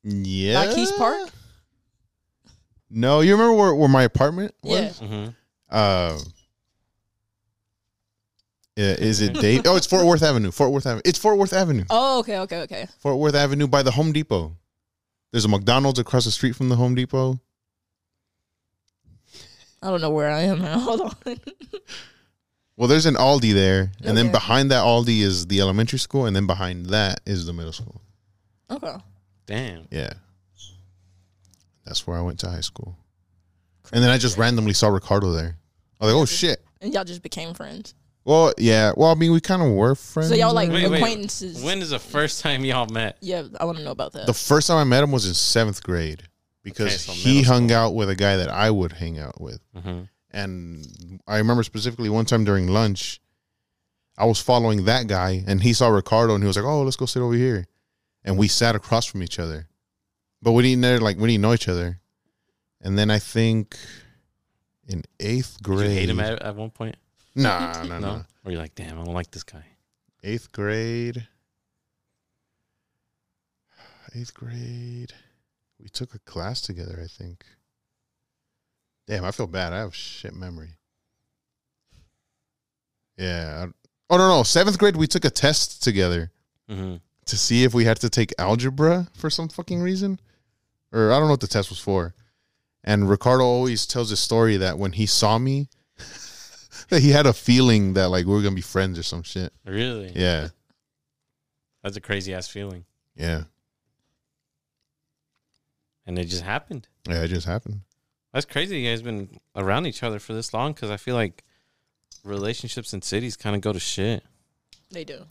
Yeah. Keys Park? No, you remember where, where my apartment was? Yeah. Mm-hmm. Uh, i- is it Dave? Oh, it's Fort Worth Avenue. Fort Worth Avenue. It's Fort Worth Avenue. Oh, okay, okay, okay. Fort Worth Avenue by the Home Depot. There's a McDonald's across the street from the Home Depot. I don't know where I am now. Hold on. Well, there's an Aldi there, and then Okay. behind that Aldi is the elementary school, and then behind that is the middle school. okay. Mm-hmm. Damn. Yeah, that's where I went to high school. And then I just randomly saw Ricardo there. I was like, oh shit. And y'all just became friends. Well, yeah. Well, I mean, we kind of were friends. So y'all like Wait, wait. acquaintances. When is the first time y'all met? Yeah, I want to know about that. The first time I met him was in seventh grade because Okay, so he middle hung school. out with a guy that I would hang out with. Mm-hmm. And I remember specifically one time during lunch, I was following that guy and he saw Ricardo and he was like, Oh, let's go sit over here. And we sat across from each other. But we didn't know, like we didn't know each other. And then I think in eighth Did you grade. hate him at, at one point? Nah, No. nah, nah. Or you're like, damn, I don't like this guy. Eighth grade. Eighth grade. We took a class together, I think. Damn, I feel bad. I have shit memory. Yeah. I- oh, no, no. Seventh grade, we took a test together Mm-hmm. to see if we had to take algebra for some fucking reason. Or I don't know what the test was for. And Ricardo always tells his story that when he saw me, that he had a feeling that like we were going to be friends or some shit. Really? Yeah. That's a crazy ass feeling. Yeah. And it just happened. Yeah, it just happened. That's crazy. You guys been around each other for this long because I feel like relationships in cities kind of go to shit. they do.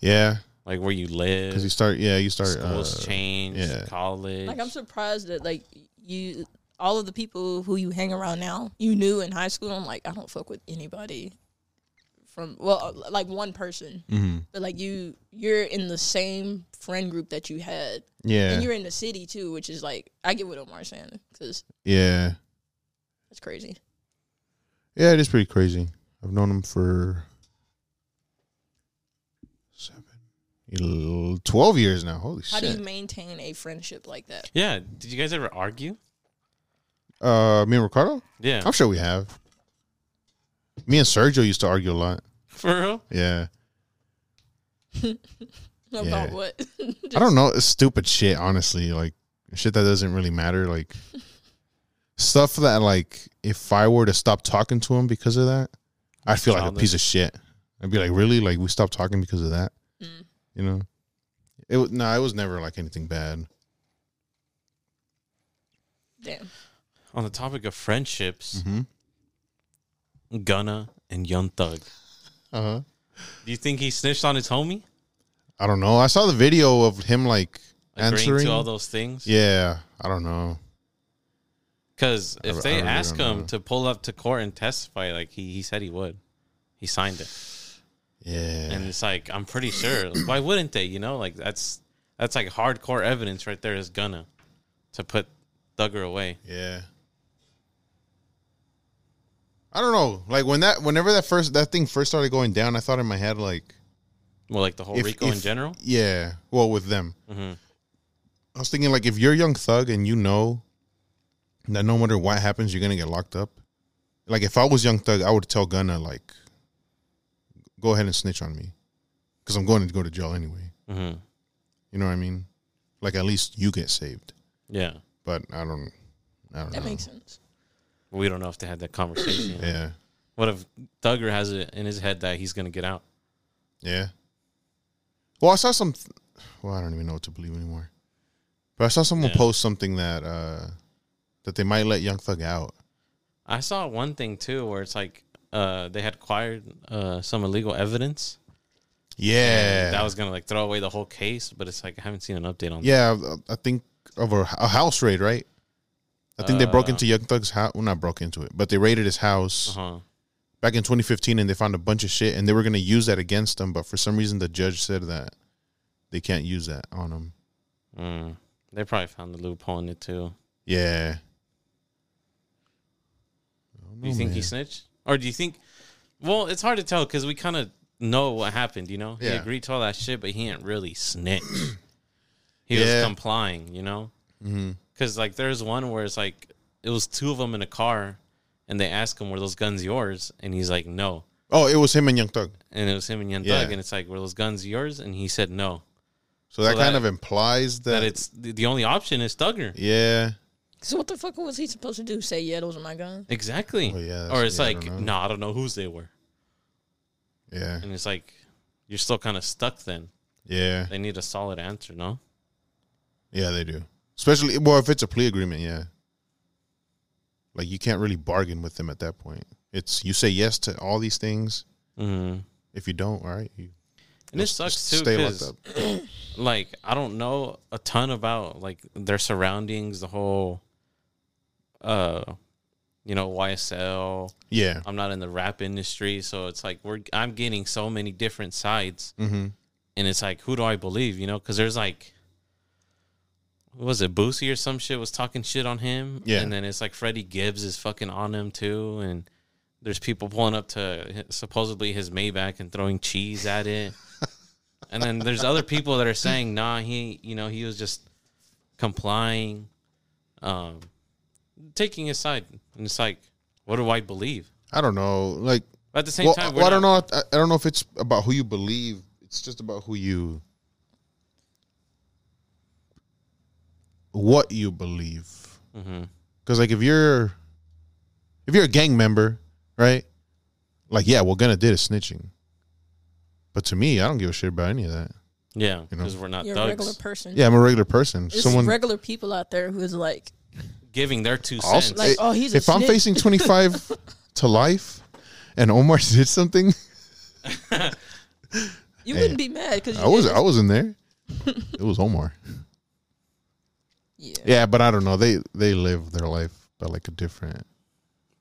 Yeah, Like where you live, because you start. Yeah, you start. schools uh, change, yeah. college. Like I'm surprised that like you, all of the people who you hang around now, you knew in high school. I'm like, I don't fuck with anybody from well, like one person. mhm. but like you you're in the same friend group that you had Yeah, and you're in the city too which is like i get what omar's saying because yeah, that's crazy yeah. It is pretty crazy. I've known him for seven, el- 12 years now. Holy how do shit! you maintain a friendship like that yeah. Did you guys ever argue? uh, me and Ricardo. Yeah. I'm sure we have. Me and Sergio used to argue a lot. For real? Yeah, about what I don't know. It's stupid shit, honestly. Like shit that doesn't really matter. Like stuff that like if I were to stop talking to him because of that, I'd feel like a Childish. piece of shit. I'd be like, really? Like we stopped talking because of that? Mm. You know? It was no, it was never like anything bad. damn On the topic of friendships, Mm-hmm. Gunna and Young Thug. Uh Uh-huh. huh. Do you think he snitched on his homie? I don't know. I saw the video of him like Agreeing answering. to all those things? yeah, I don't know. Because I- if I they really ask don't him know. to pull up to court and testify, like he, he said he would, he signed it. Yeah, And it's like, I'm pretty sure. Why wouldn't they? You know, like that's That's like hardcore evidence right there is gonna to put Thugger away. Yeah. I don't know. Like when that, whenever that first that thing first started going down, I thought in my head like, Well, like the whole If- Rico in if- general. yeah, well, with them, hmm I was thinking like if you're a young thug and you know that no matter what happens, you're gonna get locked up. Like if I was young thug, I would tell Gunna like, go ahead and snitch on me, because I'm going to go to jail anyway. hmm You know what I mean? Like at least you get saved. Yeah, But I don't, I don't That know. makes sense. we don't know if they had that conversation. yeah, What if Thugger has it in his head that he's gonna get out? yeah. Well, I saw some. Th- well, I don't even know what to believe anymore. But I saw someone Yeah. post something that uh that they might let Young Thug out. I saw one thing too where it's like uh, they had acquired uh, some illegal evidence. Yeah, that was gonna like throw away the whole case, but it's like I haven't seen an update on. Yeah, I- I think of a, a house raid, right? I think they broke Uh. into Young Thug's house. Well, not broke into it, but they raided his that. house Uh-huh. back in 2015, and they found a bunch of shit, and they were gonna use that against him, but for some reason the judge said that they can't use that on him. Mm. They probably found the loophole in it too. Yeah. I don't Do you know, think he Oh, man. snitched, or do you think? Well, it's hard to tell because we kind of know what happened. You know, he Yeah. agreed to all that shit, but he didn't really snitch. he Yeah. was complying. You know, Mhm. because like there's one where it's like it was two of them in a car, and they ask him, "Were those guns yours?" And he's like, "No." Oh, it was him and Young Thug. And it was him and Young Yeah. Thug, and it's like, "Were those guns yours?" And he said, "No." So that So kind that- of implies that, That it's the the only option is Thugger. yeah. So what the fuck was he supposed to do? Say yeah, those are my guns. Exactly. Oh, yeah, that's- or it's yeah, I like, no, don't know. I don't know whose they were. Yeah. And it's like, you're still kind of stuck then. Yeah. They need a solid answer, no? Yeah, they do. Especially well, if it's a plea agreement, yeah. Like you can't really bargain with them at that point. It's you say yes to all these things. Mm-hmm. If you don't, all right, you And it sucks too Stay locked because, up. like, I don't know a ton about, like, their surroundings, the whole, uh, you know, YSL. Yeah. I'm not in the rap industry. So it's like, we're, I'm getting so many different sides. Mm-hmm. and it's like, who do I believe? You know, because there's like, what was it Boosie or some shit was talking shit on him? Yeah. And then it's like Freddie Gibbs is fucking on him too, and there's people pulling up to hi- supposedly his Maybach and throwing cheese at it, and then there's other people that are saying, nah, he, you know, he was just complying, um, taking his side, and it's like, what do I believe? I don't know. Like, But at the same well, time, I- we're well, I don't not- know. I, I don't know if it's about who you believe. It's just about who you, what you believe. Mhm. Because like if you're, if you're a gang member, right? Like yeah, well, Gunna did a snitching. But to me, I don't give a shit about any of that. Yeah, You know. because we're not You're a Uh, thugs. regular person. Yeah, I'm a regular person. There's Someone regular people out there who is like, giving their two cents. also, Like, oh, he's a if I'm snitch. facing 25 to life, and Omar did something, you Hey, wouldn't be mad because I was I wasn't there. It was Omar. yeah. Yeah, but I don't know. They they live their life by like a different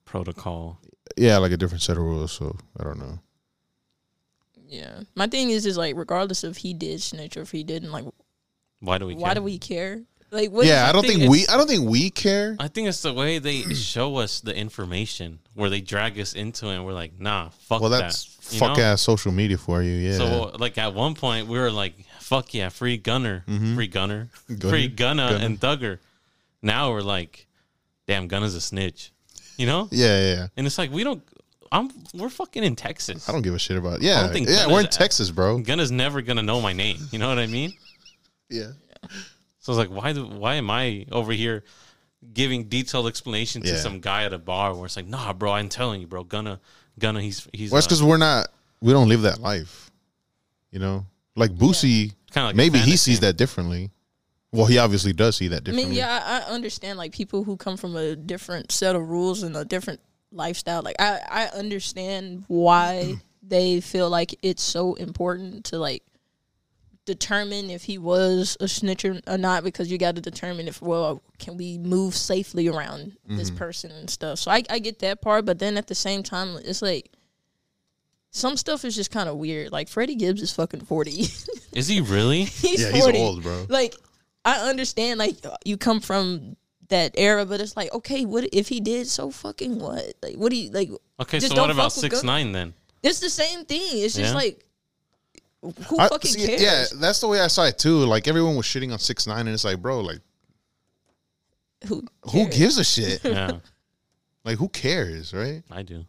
protocol. yeah, like a different set of rules. So I don't know. Yeah. My thing is, is like, regardless of he did snitch or if he didn't, like, Why do we? why care? do we care? Like, what? yeah, I don't think think we I don't think we care. I think it's the way they show us the information where they drag us into it. and We're like, nah, fuck Well, that's that. you fuck know? ass social media for you. Yeah, So uh, like at one point we were like, fuck yeah, free gunner, free gunner, Mm-hmm. Gunner, free gunner, Gunner. and thugger. Now we're like, damn, gunner's a snitch, you know? yeah, yeah, yeah. And it's like we don't. I'm we're fucking in Texas. I don't give a shit about. Yeah, think yeah. Gunna's We're in a- Texas, bro. Gunner's never gonna know my name. You know what I mean? Yeah, So I was like, why do why am I over here giving detailed explanation to Yeah. some guy at a bar where it's like, nah, bro, I'm telling you, bro, gonna gonna he's he's well, that's uh, because we're not we don't live that life. You know, like Boosie, Kinda like a maybe he fantasy. sees that differently. Well, he obviously does see that I differently. mean, yeah, I, I understand like people who come from a different set of rules and a different lifestyle. Like, I, I understand why they feel like it's so important to like determine if he was a snitch or or not because you got to determine if well can we move safely around this person and stuff. So I, I get that part, but then at the same time, it's like. Some stuff is just kind of weird. Like Freddie Gibbs is fucking forty. Is he really? He's yeah, 40. he's old, bro. Like, I understand, like, you come from that era, but it's like, okay, what if he did? So fucking what? Like, what do you, like, Okay, Just so what don't about fuck with six gun- nine then? it's the same thing. It's Yeah. just like, who I- fucking see, cares? Yeah, that's the way I saw it too. Like everyone was shitting on six nine, and it's like, bro, like Who, who cares? gives a shit? Yeah, like who cares, right? I do.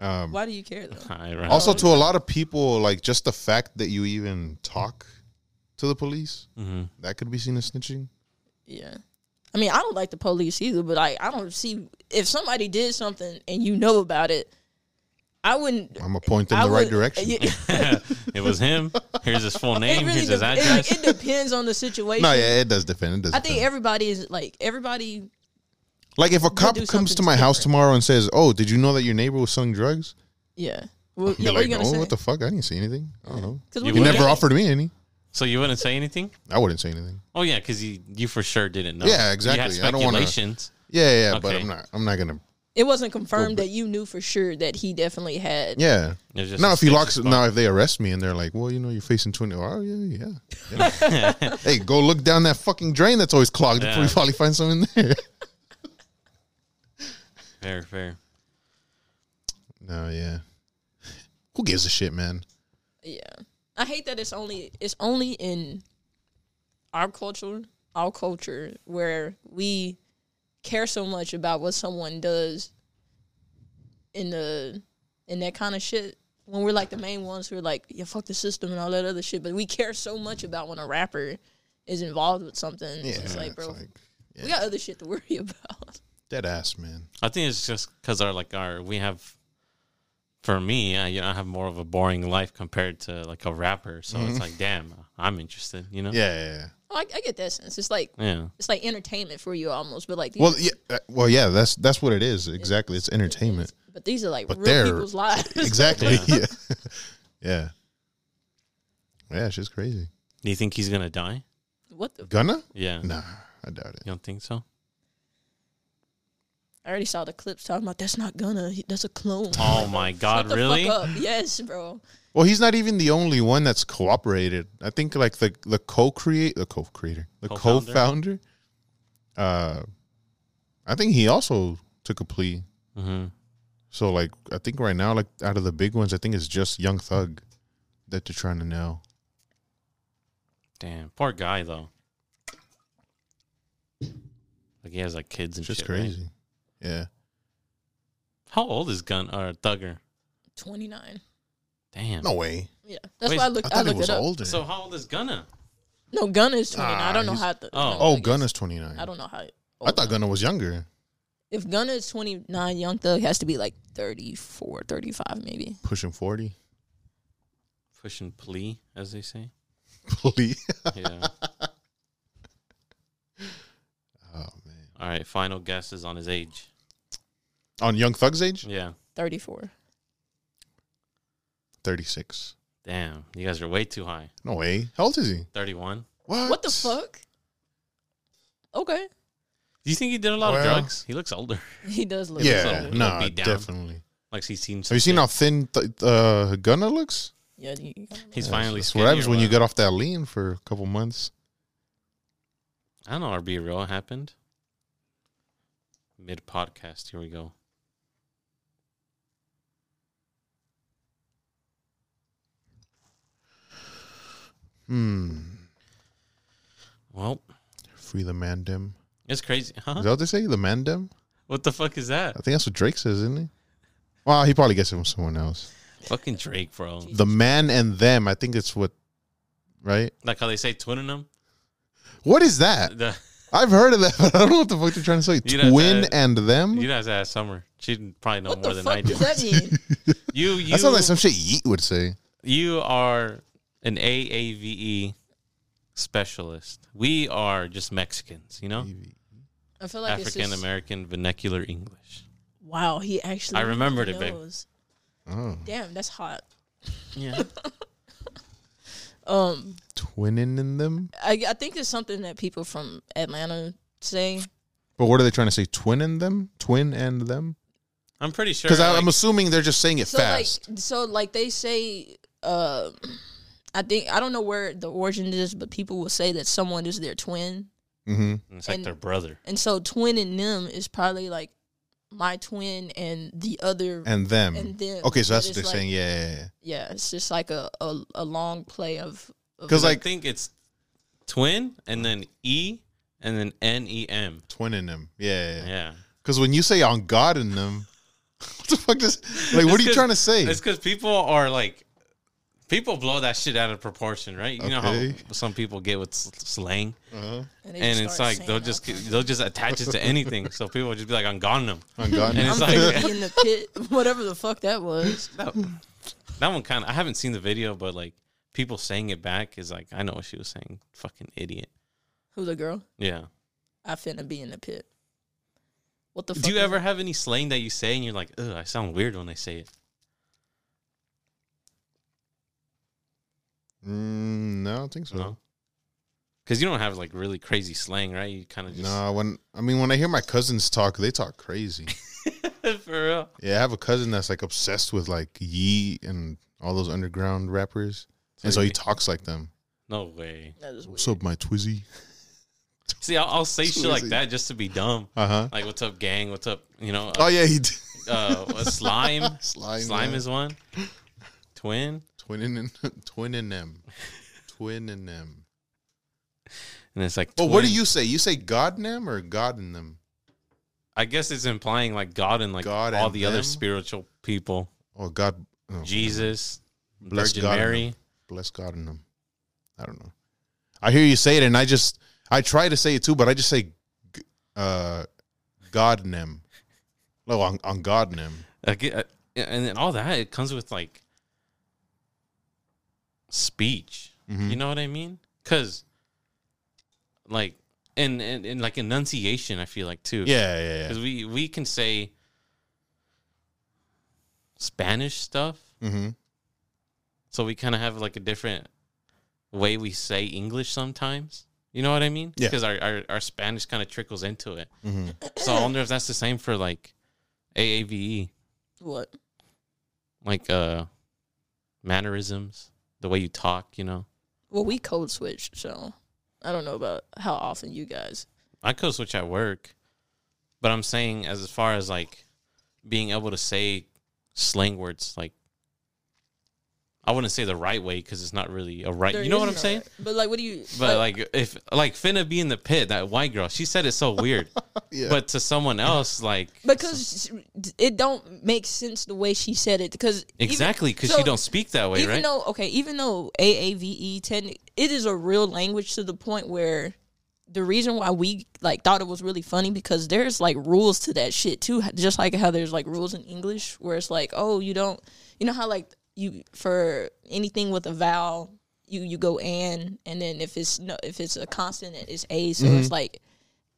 Um, Why do you care, though? I right. also, to a lot of people, like just the fact that you even talk to the police, Mhm. that could be seen as snitching. Yeah. I mean, I don't like the police either, but like, I don't see if somebody did something and you know about it, I wouldn't. I'm gonna point them I the right would- direction. Yeah, it was him. Here's his full it name. really Here's his dep- it, address. like, it depends on the situation. No, yeah, it does depend. It does. I think depend. everybody is like everybody. like if a do cop comes to something my house tomorrow and says, "Oh, did you know that your neighbor was selling drugs?" Yeah. Well, You're yeah, like, what are you "No, gonna what say? the fuck? I didn't see anything. I don't know. 'Cause You do You never say? offered me any. so you wouldn't say anything? I wouldn't say anything." Oh yeah, because you you for sure didn't know. Yeah, You had exactly. I don't wanna- speculations. Yeah, yeah, yeah, but Okay. I'm not. I'm not gonna. It wasn't confirmed that you knew for sure that he definitely had. Yeah. It was just Now a if he snitch locks, spot. now if they arrest me and they're like, well, you know, you're facing twenty. Oh yeah, yeah. yeah. hey, go look down that fucking drain that's always clogged. Yeah. You'll probably find something there. fair, fair. no, yeah. Who gives a shit, man? Yeah. I hate that it's only it's only in our culture, our culture where we care so much about what someone does in the in that kind of shit. When we're like the main ones who are like, yeah, fuck the system and all that other shit, but we care so much about when a rapper is involved with something. Yeah, it's like, bro, yeah, we got other shit to worry about. dead ass, man. I think it's just because our like our we have. For me, I, you know, I have more of a boring life compared to like a rapper, so it's like, damn, I'm interested, you know? Mm-hmm. Yeah, yeah. yeah. I, I get that sense. It's like yeah. it's like entertainment for you almost, but like these, Well, yeah. uh, Well, yeah. That's that's what it is. Exactly. It's entertainment. but these are like but real they're- people's lives. Exactly. Yeah. yeah. Yeah. It's just crazy. Do you think he's gonna die? what the Gonna? Yeah, you Nah, I doubt it. don't think so? I already saw the clips talking about that's not gonna. he- That's a clone. Oh my Shut god, the really? Fuck up. Yes, bro. Well, he's not even the only one that's cooperated. I think like the the co-create the co-creator, the Co-founder? co-founder. Uh, I think he also took a plea. hmm So like, I think right now, like out of the big ones, I think it's just Young Thug that they're trying to nail. Damn, poor guy though. Like he has like kids and It's just shit. right? crazy. Yeah, How old is Gun or Thugger? Twenty nine. Damn. no way. Yeah, that's Wait, why I I looked. I, thought it looked was it up. older. So how old is Gunna? No, Gunna is twenty nine. I don't know he's- how. The, Oh. oh, is. Gunna's twenty nine. I don't know how. oh. I thought Gunna was younger. If Gunna is twenty nine, Young Thug has to be like 34, 35 maybe. Pushing forty. Pushing plea, as they say. Please. Yeah. oh man. All right. Final guess is on his age. On Young Thug's age, Yeah. Thirty four. thirty six. Damn. You guys are way too high. No way. How old is he? Thirty-one. What? What the fuck? Okay, Do you think he did a lot of Well- drugs? He looks older. he does look. Yeah, It'll no, old. be down. definitely. Like he's seen. Some Have you seen shit. how thin th- uh, Gunna looks? Yeah, you, you He's Yeah, finally. That's skinny what happens or when you whatever. get off that lean for a couple months. I don't know. Or be real happened. Mid podcast. Here we go. Hmm. Well, Free the mandem. it's crazy, huh? Is that what they say? The mandem? What the fuck is that? I think that's what Drake says, isn't it? Well, he probably gets it from someone else. Fucking Drake, bro. The man and them. I think it's what, right? Like how they say twinning them. What is that? The, I've heard of that, but I don't know what the fuck they're trying to say. You'd have to Twin add- and them? you guys asked Summer. She probably know what more the than I fuck do. does that mean? You, you, that sounds like some shit Yeet would say. you are an AAVE E specialist. We are just Mexicans, you know, I feel like it's African just, American vernacular English. Wow, he actually. I remembered it, babe. knows. Oh. Damn, that's hot. Yeah, Um, Twinning in them? I, I think it's something that people from Atlanta say. But what are they trying to say? Twin and them? Twin and them? I'm pretty sure. Because like, I'm assuming they're just saying it So fast. like, so like they say, uh, I think I don't know where the origin is, but people will say that someone is their twin, Mm-hmm. And it's like And- their brother. and so twin and them is probably like my twin and the other And them. and them. okay, so that's But what it's they're like- saying. Yeah, yeah, yeah. Yeah, it's just like a a, a long play of. of- 'Cause, Because I like- think it's twin and then E and then N E M. twin in them. Yeah, yeah. yeah. Yeah. Because when you say on God in them, what the fuck does like? It's What are you 'cause- trying to say? It's because people are like, people blow that shit out of proportion, right? You know Okay. how some people get with s- slang, Uh-huh. and, they just and it's start like saying they'll all just kinds of- they'll just attach it to anything. So people will just be like, "I'm Gundam." On God. And in it's I'm them? like- gonna be in the pit, whatever the fuck that was. That, that one kind of. I haven't seen the video, but like people saying it back is like, I know what she was saying. Fucking idiot. Who the girl? Yeah. I finna be in the pit. What the? fuck Do you was ever that? have any slang that you say and you're like, "Ugh, I sound weird when I say it." Mm, no, I don't think so. No. Because you don't have like really crazy slang, right? You kind of just No, when I mean when I hear my cousins talk, they talk crazy. for real. yeah, I have a cousin that's like obsessed with like Yee and all those underground rappers, and so he Like, talks like them. no way. That is What's weird. up, my Twizzy? See, I'll, I'll say shit like Swizzy. that just to be dumb. Uh huh. Like, what's up, gang? What's up? You know, Oh uh, yeah, he did. uh, what, slime. slime. Slime yeah. is one. Twin, twin in twin in them, twin in them. and it's like. Well, what do twin. you say? You say God in them or God in them? I guess it's implying like God and like God all and the other them? spiritual people, Oh God, oh, Jesus, Bless Virgin God and Mary. bless God in them. I don't know. I hear you say it, and I just I try to say it too, but I just say, g- uh, God in them. No, on, on God in them. I get- uh, and then all that it comes with like speech. Mhm. You know what I mean? Because like and, and and like enunciation, I feel like too. Yeah, yeah, because yeah. we we can say Spanish stuff, Mm-hmm. so we kind of have like a different way we say English sometimes. You know what I mean? Yeah. Because our, our our Spanish kind of trickles into it. Mm-hmm. So I wonder if that's the same for like AAVE, What? like uh mannerisms, the way you talk. You know, Well, we code switch, so I don't know about how often you guys. I code switch at work, but I'm saying as far as like being able to say slang words, like I wouldn't say the right way because it's not really a right. There you know is what I'm no- saying? But like, what do you? But like if like finna be in the pit, that white girl, she said it so weird. Yeah. But to someone else, like because it don't make sense the way she said it. Because exactly because so she don't speak that way, even right? though okay, even though AAVE E, ten, it is a real language to the point where the reason why we like thought it was really funny because there's like rules to that shit too. Just like how there's like rules in English where it's like, oh, you don't, you know how like you for anything with a vowel, you you go and, and then if it's no, if it's a consonant, it's a. So Mm-hmm. it's like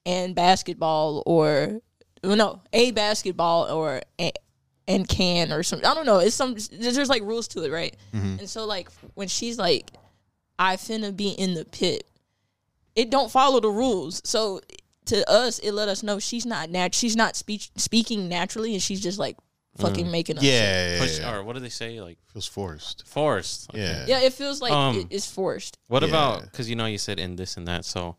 and basketball or well, no a basketball or a, and can or something. I don't know. It's some there's there's, like rules to it, right? And so like when she's like, I finna be in the pit, it don't follow the rules. So to us, it let us know she's not nat she's not speech speaking naturally, and she's just like fucking making up. yeah, shit. yeah, yeah, Push, yeah. Or what do they say? Like feels forced. forced. Okay. Yeah. yeah. It feels like Um, it- it's forced. What Yeah. about because you know you said in this and that. So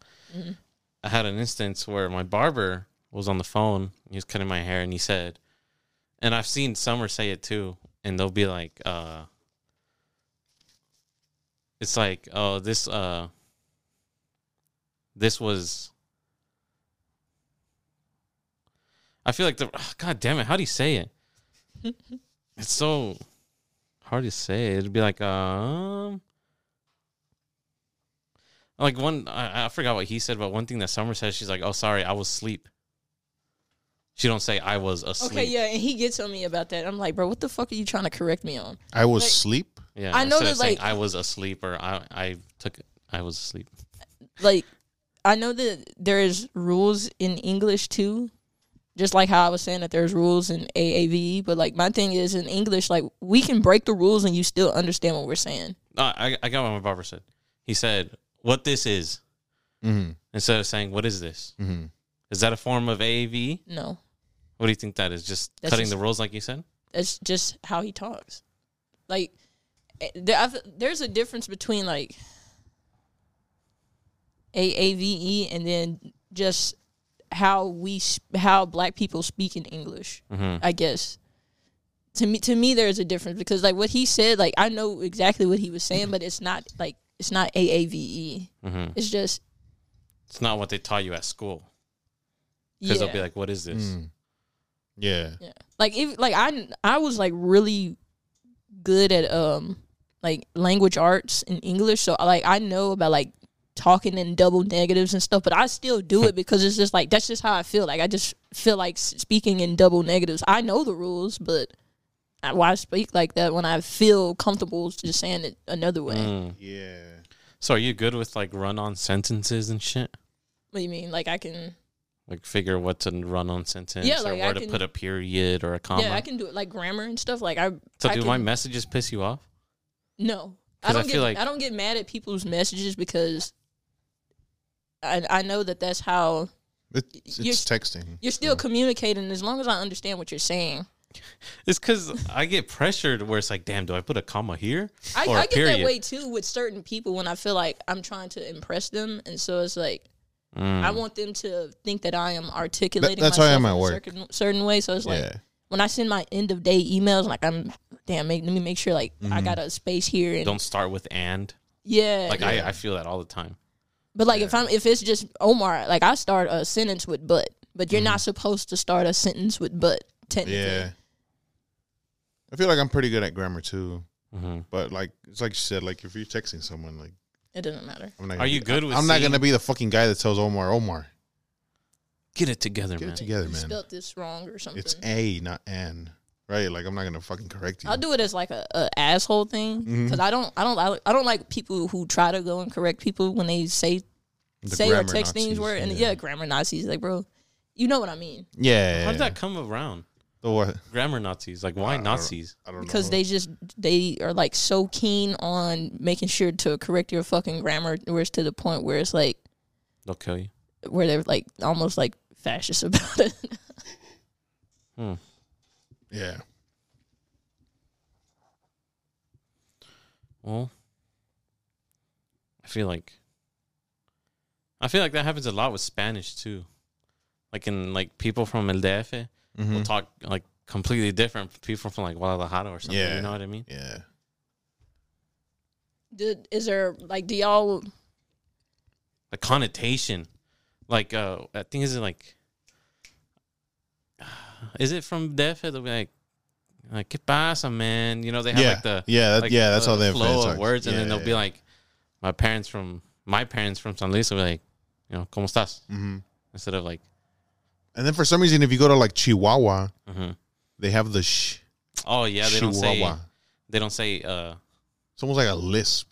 I had an instance where my barber was on the phone. He was cutting my hair, and he said, and I've seen Summer say it too, and they'll be like, uh, it's like, oh, this, uh, this was. I feel like the God damn it! How do you say it? it's so hard to say. It'd be like um, like one I, I forgot what he said, but one thing that Summer says, she's like, "Oh, sorry, I was asleep." She don't say I was asleep. Okay, yeah, and he gets on me about that. I'm like, bro, what the fuck are you trying to correct me on? I was Like- sleep. yeah. I know instead that, of saying like- I was asleep or I I took I was asleep. like I know that there's rules in English too. Just like how I was saying that there's rules in AAVE, E, but like my thing is in English, like we can break the rules and you still understand what we're saying. No, I I got what my barber said. He said, "What this is," Mm-hmm. instead of saying, "What is this?" Mm-hmm. Is that a form of AAV? No, What do you think that is? Just That's cutting just- the rules, like you said. that's just how he talks. Like eh, there, I've, there's a difference between like AAVE E and then just how we s- how black people speak in English. Mm-hmm, I guess to me to me there's a difference because like what he said like I know exactly what he was saying, but it's not like it's not AAVE. E. It's just mm-hmm. It's not what they taught you at school yeah. because they'll be like, "What is this?" Yeah. Yeah. Like if like I I was like really good at um like language arts and English, so like I know about like talking in double negatives and stuff, but I still do it because it's just like that's just how I feel. Like I just feel like s- speaking in double negatives. I know the rules, but I- why speak like that when I feel comfortable just saying it another way? Mm. Yeah. So, are you good with like run-on sentences and shit? What do you mean? Like I can, Like, figure what to run-on sentence Yeah, or like, where I to can- put a period or a comma. yeah, I can do it. Like grammar and stuff. Like I, Oh so, I do can, my messages piss you off? No, 'Cause I I don't feel get like- I don't get mad at people's messages because I I know that that's how It's, You're- it's texting. you're Mm. still communicating as long as I understand what you're saying. It's because I get pressured where it's like, "Damn, do I put a comma here I, or a I get period?" that way too with certain people when I feel like I'm trying to impress them, and so it's like Mm. I want them to think that I am articulating. that's how I myself am in at a work. Certain, certain way, so it's like Yeah. when I send my end of day emails, like I'm damn, make, let me make sure like I got a space here and Mm-hmm. Don't start with "and." yeah, Like, I, I feel that all the time. But like if I'm if it's just Omar, like I start a sentence with but, but you're not supposed to start a sentence with but technically. Mm-hmm. Yeah. I feel like I'm pretty good at grammar too. hmm But like it's like you said, like if you're texting someone, like It doesn't matter. I'm not Are you good with? I'm not seeing- gonna be the fucking guy that tells Omar, Omar, get it together, get man. it together, You man. spelt this wrong or something. It's A, not N. Right? Like I'm not gonna fucking correct you. I'll do it as like a, a asshole thing Mm-hmm. because I don't I don't I, I don't like people who try to go and correct people when they say The say or grammar text things Nazis, where and yeah. grammar Nazis like bro, you know what I mean Yeah. How did yeah. Uh, that come around? The what? Grammar Nazis. Like, why I don't- Nazis? I don't because know. they just they are like so keen on making sure to correct your fucking grammar where it's to the point where it's like They'll kill you. where they're like almost like fascist about it. Yeah. Well, I feel like I feel like that happens a lot with Spanish too. Like in like people from El DF Hmm. will talk like completely different from people from like Guadalajara or something. Yeah. You know what I mean? Yeah. Did, is there like do y'all The connotation, like uh, I think is it like, is it from DF? They'll be like, like qué pasa, man? You know they have yeah. like the yeah, that, like, yeah, that's uh, how they have flow fans of talk. words, and Yeah, then they'll yeah. be like, my parents from my parents from San Luis will be like, you know, cómo estás, Mhm. instead of like, And then for some reason, if you go to like Chihuahua, mhm. they have the sh. oh yeah, they Chihuahua. don't say they don't say uh, It's almost like a lisp.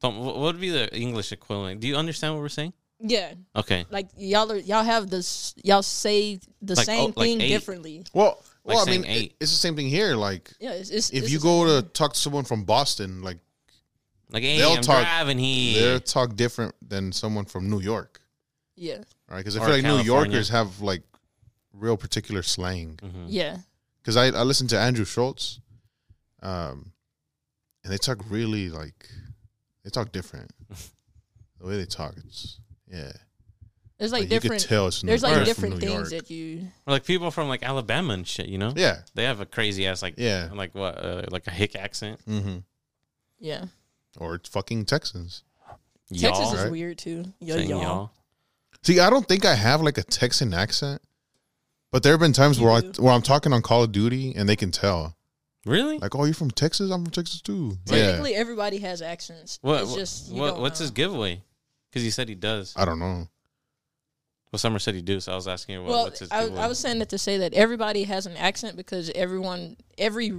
don't wh- what would be the English equivalent? Do you understand what we're saying? yeah Okay, like y'all are y'all have this y'all say the Like, same oh, like thing eight. differently. Well, Like well, I saying mean, eight. it- it's the same thing here. Like Yeah, it's, it's if it's you the go same to talk to someone from Boston, like like hey, They'll I'm talk- driving here. they'll talk different than someone from New York, thing. yeah right? Because I Or feel like New California. Yorkers have like real particular slang. Mhm. yeah Because I I listen to Andrew Schultz, um, and they talk really like they talk different. the way they talk, it's yeah. there's like, you could different tell it's there's New like York different from New things York. that you Or like people from like Alabama and shit. You know, yeah. they have a crazy ass like Yeah. like what uh, like a hick accent. Mm-hmm. yeah Or it's fucking Texans. Texas Y'all is Right. weird too Yo, saying y'all. y'all. See, I don't think I have like a Texan accent, but there have been times You where I do. where I'm talking on Call of Duty and they can tell. Really? Like, oh, you're from Texas? I'm from Texas too. Yeah. technically everybody has accents What? it's what- just you what don't what's know. his giveaway? Because he said he does. I don't know. Well, Summer said he do, so I was asking her what, well what's his I, giveaway. I was saying that to say that everybody has an accent because everyone every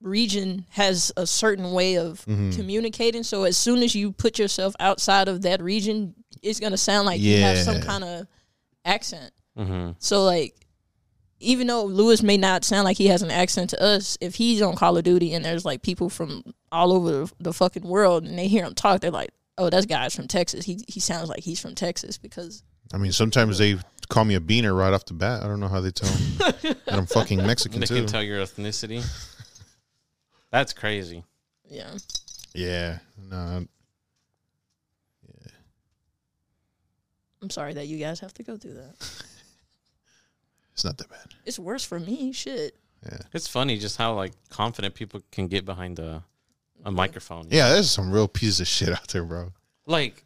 region has a certain way of communicating so as soon as you put yourself outside of that region it's going to sound like you have some Yeah. kind of accent hmm so like even though lewis may not sound like he has an accent to us if he's on call of duty and there's like people from all over the, the fucking world and they hear him talk they're like oh that guy's from texas he, he sounds like he's from texas because I mean, sometimes they call me a beaner right off the bat. I don't know how they tell me that I'm fucking Mexican They too. can tell your ethnicity. That's crazy. yeah Yeah. No. I- I'm sorry that you guys have to go through that. It's not that bad. It's worse for me. Shit. It's funny just how like confident people can get behind a a microphone. Yeah, there's some real pieces of shit out there, bro. Like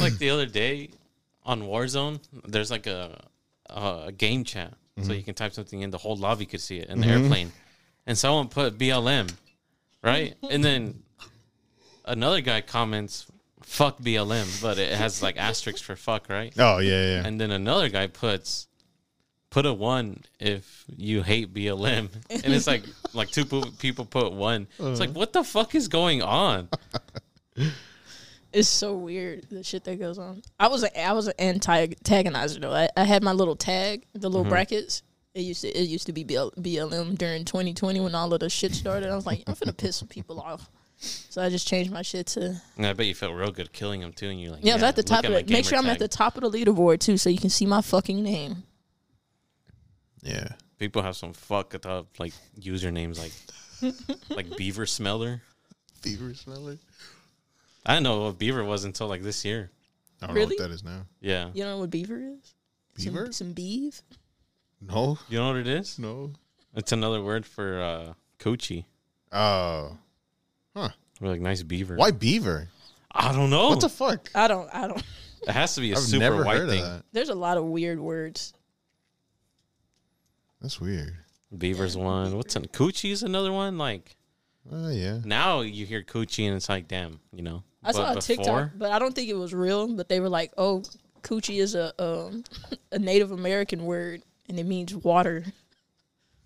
like the other day on Warzone, there's like a a, a game chat. So you can type something in, the whole lobby could see it in the airplane. And someone put BLM, right? and then another guy comments fuck BLM, but it has like asterisks for fuck, right? Oh yeah, yeah. And then another guy puts put a one if you hate BLM, and it's like like two po- people put one. Uh-huh. It's like what the fuck is going on? It's so weird the shit that goes on. I was a, I was an antagonizer though. I, I had my little tag, the Mm-hmm. little brackets. It used to it used to be BL, BLM during 2020 when all of the shit started. I was like, I'm gonna piss some people off, so I just changed my shit to And I bet you felt real good killing him too, and you're like, yeah. I was at the look top of my it. Make sure gamer I'm at the tag." top of the leaderboard too, so you can see my fucking name. Yeah. People have some fuck up like usernames like like Beaver Smeller. Fever smeller. I didn't know what Beaver was until like this year. I don't Really? know what that is now. Yeah, You know what beaver is? Some- Beaver? Some, beef. No. you know what it is? No. It's another word for uh, coochie. Oh. We're like nice beaver. Why beaver? I don't know. What the fuck? I don't. I don't. it has to be a I've super never white heard thing. of that. There's a lot of weird words. That's weird. Beaver's one. What's an coochie's another one? Like Oh yeah. now you hear coochie and it's like damn, you know. I saw on TikTok, but I don't think it was real. But they were like, "Oh, coochie is a um, a Native American word, and it means water."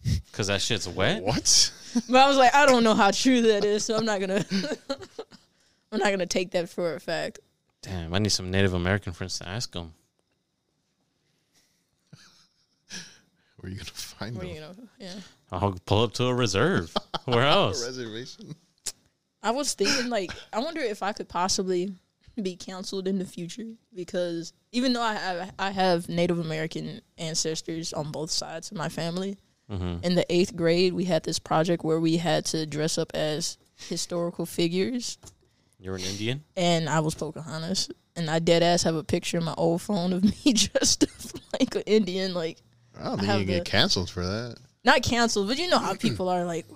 because that shit's wet. What? But I was like, I don't know how true that is, so I'm not gonna, I'm not gonna take that for a fact. Damn, I need some Native American friends to ask them. Where you gonna find Where you them? know, yeah. I'll pull up to a reserve. Where else? Reservation. I was thinking, like, I wonder if I could possibly be counseled in the future because even though I have, I have Native American ancestors on both sides of my family, in the eighth grade, we had this project where we had to dress up as historical figures, You're an Indian. and I was Pocahontas. And I dead ass have a picture in my old phone of me dressed up like an Indian, like I don't have think you the- get canceled for that. not canceled, but you know how people are like,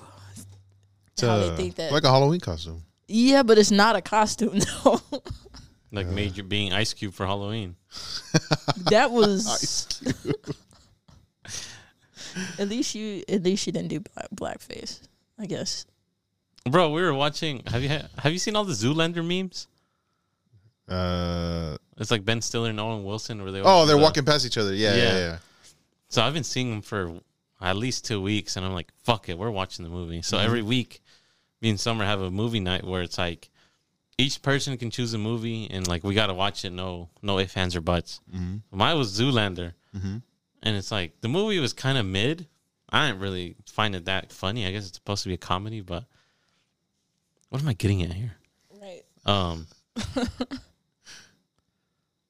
how Uh, they think that. like a Halloween costume. yeah, but it's not a costume though. Like major being Ice Cube for Halloween. that was. at least you, at least you didn't do black, blackface, I guess. Bro, we were watching. Have you ha- have you seen all the Zoolander memes? Uh It's like Ben Stiller and Owen Wilson, where they oh, they're the- walking past each other. Yeah, yeah, Yeah. yeah. So I've been seeing them for at least two weeks, and I'm like, fuck it, we're watching the movie. So every week, me and Summer have a movie night where it's like each person can choose a movie, and like we gotta watch it. No, no ifs, ands, or buts. Mine was Zoolander, and it's like the movie was kind of mid. I didn't really find it that funny. I guess it's supposed to be a comedy, but what am I getting at here? Right. Um,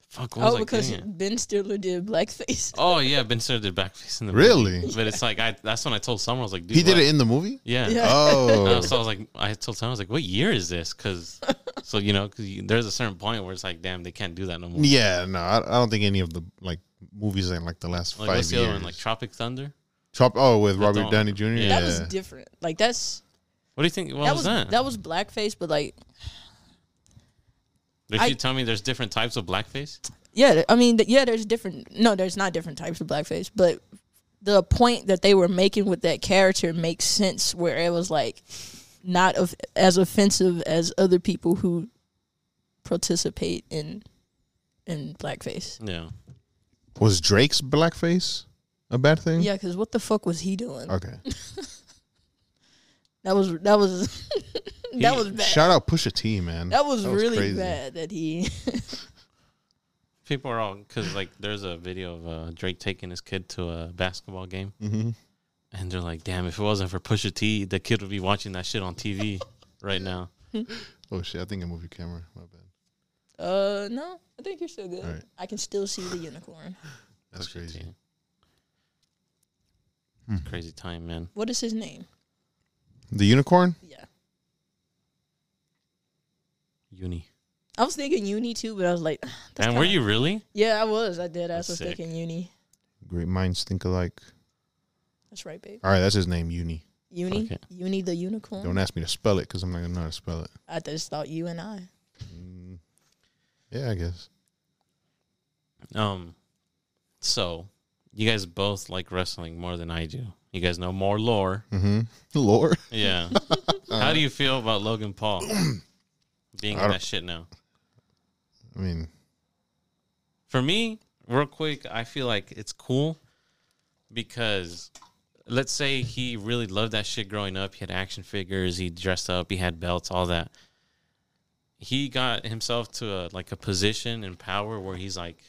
fuck. What was Oh, I because getting at? Ben Stiller did blackface. Oh yeah, Ben Stiller did blackface in the movie. Really? But it's like I that's when I told Summer I was like, dude, He did what- it in the movie? Yeah. Yeah. Uh, Oh. so I was like, I told Summer I was like, what year is this? Because so you know, because there's a certain point where it's like, damn, they can't do that no more. yeah, no, I, I don't think any of the like movies in like the last Like five what's the years. other one? Like Tropic Thunder. Chop- oh, with Robert don't- Downey Jr. Yeah. yeah. That was different. Like that's What do you think? What that was, was that? that was blackface, but like Did I- you tell me there's different types of blackface? Yeah, th- I mean, th- yeah, there's different. No, there's not different types of blackface, but the point that they were making with that character makes sense, where it was like not of, as offensive as other people who participate in in blackface. Yeah. Was Drake's blackface a bad thing? Yeah, because what the fuck was he doing? Okay. That was that was that He- was bad. Shout out Pusha T, man. that was, really crazy. bad that he. People are all because like there's a video of uh, Drake taking his kid to a basketball game, Mhm. and they're like, damn, if it wasn't for Pusha T, the kid would be watching that shit on TV right now. Oh shit! I think I moved your camera. My bad. Uh, no, I think you're still good. All right. I can still see the unicorn. That's Pusha crazy. T. Crazy time, man. What is his name? The unicorn? Yeah, Uni. I was thinking uni too, but I was like, that's And were kinda- you really? Yeah, I was. I did. I That's was sick. thinking uni. Great minds think alike. That's right, babe. All right, that's his name, Uni. Uni, Fuck it. uni the unicorn. Don't ask me to spell it because I'm not gonna know how to spell it. I just thought you and I. Mm, yeah, I guess. Um, so you guys both like wrestling more than I do. You guys know more lore. Mm-hmm. Lore. Yeah. How do you feel about Logan Paul being I in don't- that shit now? I mean, for me, real quick, I feel like it's cool because let's say he really loved that shit growing up. He had action figures, he dressed up, he had belts, all that. He got himself to a like a position and power where he's like,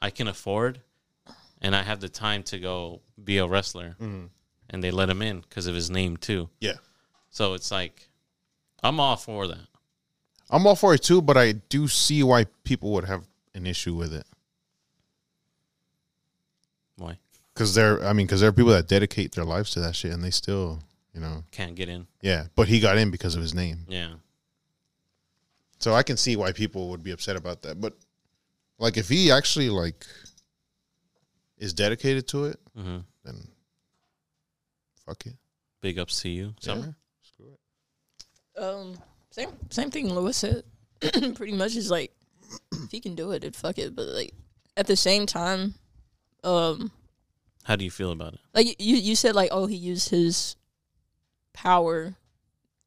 I can afford and I have the time to go be a wrestler. And they let him in because of his name too. yeah, So it's like I'm all for that. I'm all for it too, but I do see why people would have an issue with it Why? because there. I mean, because there are people that dedicate their lives to that shit, and they still, you know, Can't get in. yeah. But he got in because of his name. Yeah. So I can see why people would be upset about that. But like if he actually like is dedicated to it, hmm then fuck it. Big ups to you. Summer. Yeah. Screw it. Um, same same thing Lewis said. Pretty much is like, if he can do it, then fuck it. But like, at the same time, um, How do you feel about it? like you you said like, oh, he used his power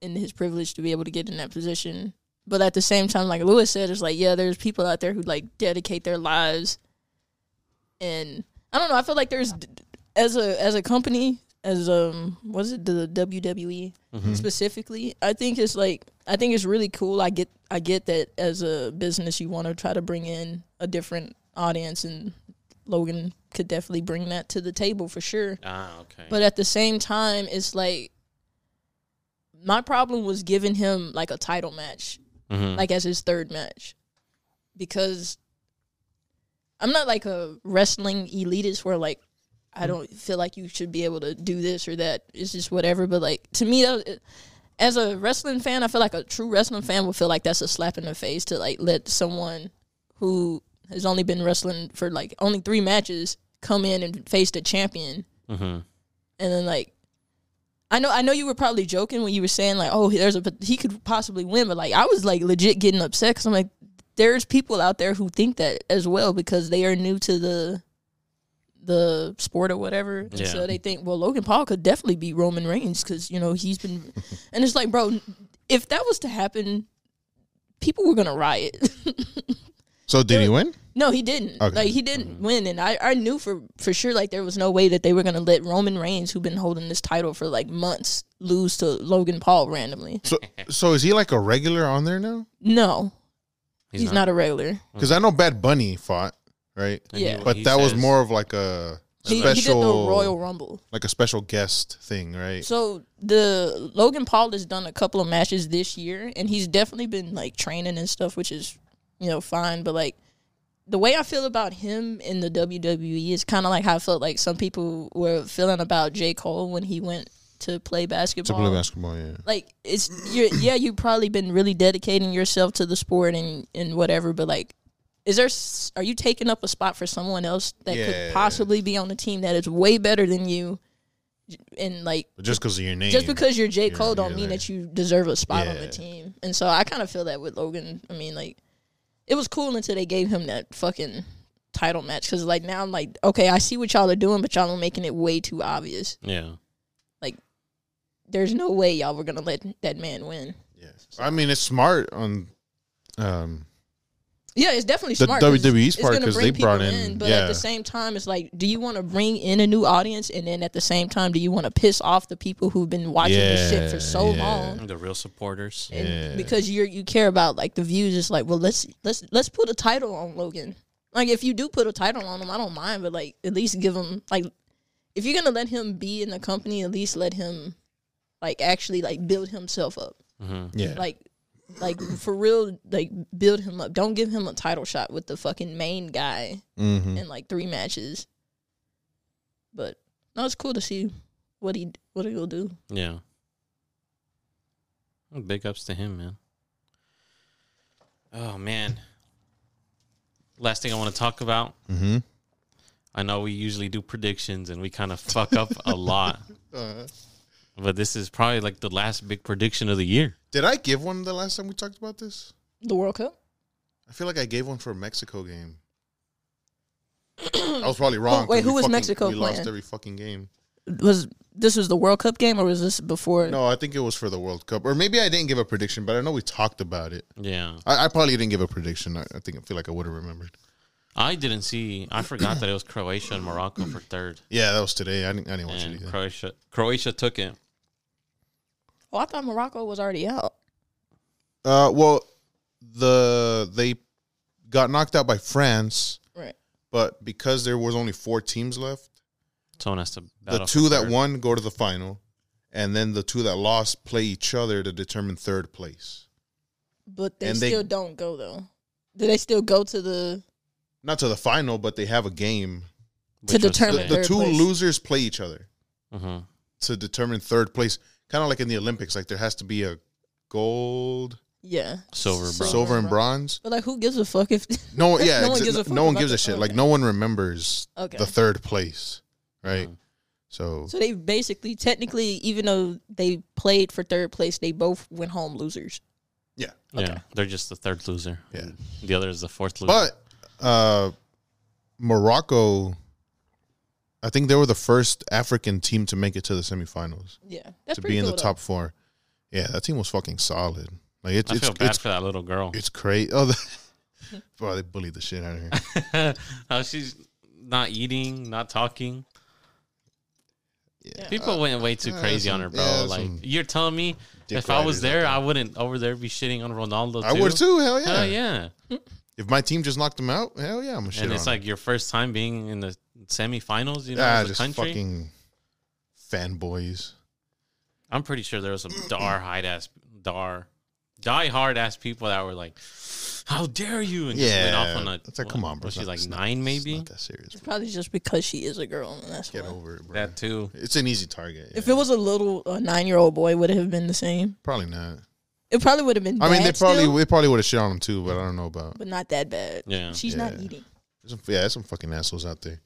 and his privilege to be able to get in that position. But at the same time, like Lewis said, it's like, yeah, there's people out there who like dedicate their lives, and I don't know. I feel like there's as a as a company as um was it the WWE specifically i think it's like i think it's really cool i get i get that as a business you want to try to bring in a different audience and logan could definitely bring that to the table for sure Ah, okay. but at the same time it's like my problem was giving him like a title match Mm-hmm. Mhm. like as his third match because I'm not like a wrestling elitist where like I don't feel like you should be able to do this or that. It's just whatever. But like to me, that was- as a wrestling fan, I feel like a true wrestling fan would feel like that's a slap in the face to like let someone who has only been wrestling for like only three matches come in and face the champion Mm-hmm. Mhm. and then like I know I know you were probably joking when you were saying like oh there's a but he could possibly win but like I was like legit getting upset cuz I'm like there's people out there who think that as well because they are new to the the sport or whatever and Yeah. so they think well Logan Paul could definitely beat Roman Reigns cuz you know he's been and it's like bro if that was to happen people were going to riot So did he win? No, he didn't. Okay. Like he didn't win, and I, I knew for for sure like there was no way that they were gonna let Roman Reigns, who've been holding this title for like months, lose to Logan Paul randomly. So so is he like a regular on there now? No, He's he's, not. a regular. Because I know Bad Bunny fought, right? And he- yeah. But he that was says- more of like a He, he did the special- Royal Rumble. like a special guest thing, right? So the Logan Paul has done a couple of matches this year, and he's definitely been like training and stuff, which is you know fine. But like the way I feel about him in the WWE is kind of like how I felt like some people were feeling about J Cole when he went to play To basketball. play basketball, yeah. like it's you're yeah you've probably been really dedicating yourself to the sport and and whatever but like is there s- are you taking up a spot for someone else that Yeah. could possibly be on a team that is way better than you and like But just because of your name, just because you're J. You're- Cole don't you're mean there. that you deserve a spot on Yeah. the team. And so I kind of feel that with Logan. I mean, like, it was cool until they gave him that fucking title match. Because, like, now I'm like, okay, I see what y'all are doing, but y'all are making it way too obvious. Yeah. There's no way y'all were going to let that man win. yeah. I mean, it's smart on um Yeah, it's definitely The smart. 'cause WWE 's it's part, gonna 'cause bring they brought people in- but yeah. at the same time, it's like, do you want to bring in a new audience, and then at the same time, do you want to piss off the people who've been watching this shit for Yeah, so yeah. long? The real supporters. and Yeah. because you're you care about like the views it's like well let's let's let's put a title on logan like if you do put a title on him i don't mind but like at least give him like if you're gonna let him be in the company at least let him like actually like build himself up hmm yeah. like like for real like build him up don't give him a title shot with the fucking main guy mm-hmm. in like three matches but no it's cool to see what he what he'll do Yeah. Well, Big ups to him, man. Oh man. Last thing I want to talk about. Mm-hmm. I know we usually do predictions and we kind of fuck up a lot, Uh, but this is probably like the last big prediction of the year. did I give one the last time we talked about this? The World Cup. I feel like I gave one for a Mexico game. I was probably wrong. Who- wait, 'cause we who was fucking- Mexico We playing? lost every fucking game. Was this was the World Cup game or was this before? No, I think it was for the World Cup, or maybe I didn't give a prediction, but I know we talked about it. Yeah. I, I probably didn't give a prediction. I, I think I feel like I would have remembered. I didn't see I forgot that it was Croatia and Morocco for third. Yeah, that was today. I didn't. I didn't watch it And either. Croatia Croatia took it. Oh, I thought Morocco was already out. Uh, well, the they got knocked out by France, Right. but because there was only four teams left, Someone has to battle the for two that third. won go to the final, and then the two that lost play each other to determine third place. But they And they- still don't go though. Do they still go to the? Not to the final, but they have a game. to Which was The, determine today. the Third two place. losers play each other Mhm. to determine third place, kind of like in the Olympics. Like there has to be a gold, Yeah. Silver, S- bronze. silver, and bronze. But like, who gives a fuck if? No, yeah, No one exa- gives a fuck no one about gives a that. shit. Like Okay. no one remembers okay. Uh-huh. the third place, right? Mhm. So so they basically, technically, even though they played for third place, they both went home losers. yeah, Yeah. They're just the third loser. Yeah. The other is the fourth loser. but uh, Morocco, I think they were the first African team to make it to the semifinals Yeah. That's to pretty be in cool, the though. top four. Yeah, that team was fucking solid. Like it's I it's feel bad it's, for that little girl. it's crazy. Oh, the- bro, they bullied the shit out of her. How she's not eating, not talking. Yeah. People went way too uh, crazy on her, some- bro. yeah, like some you're telling me dick if I was riders out there, I wouldn't over there be shitting on Ronaldo. Too? I would too. Hell yeah. Hell yeah. If my team just knocked them out, hell yeah, I'm a shit. and it's on 'em. like your first time being in the semifinals, you know, ah, as a just country. fucking fanboys. I'm pretty sure there was some dar hide ass dar die hard ass people that were like, How dare you? And just went off on a it's like, come on, bro. Was It's she not- like it's not- nine it's maybe? not that serious. It's probably just because she is a girl, and that's Get why. over it, bro. That too. It's an easy target. If yeah. it was a little a nine year old boy, would it have been the same? probably not. It probably would have been. I mean, they bad probably still, they probably would have shit on him too, but I don't know about. but not that bad. Yeah. She's Yeah. not eating. There's some, yeah, there's some fucking assholes out there.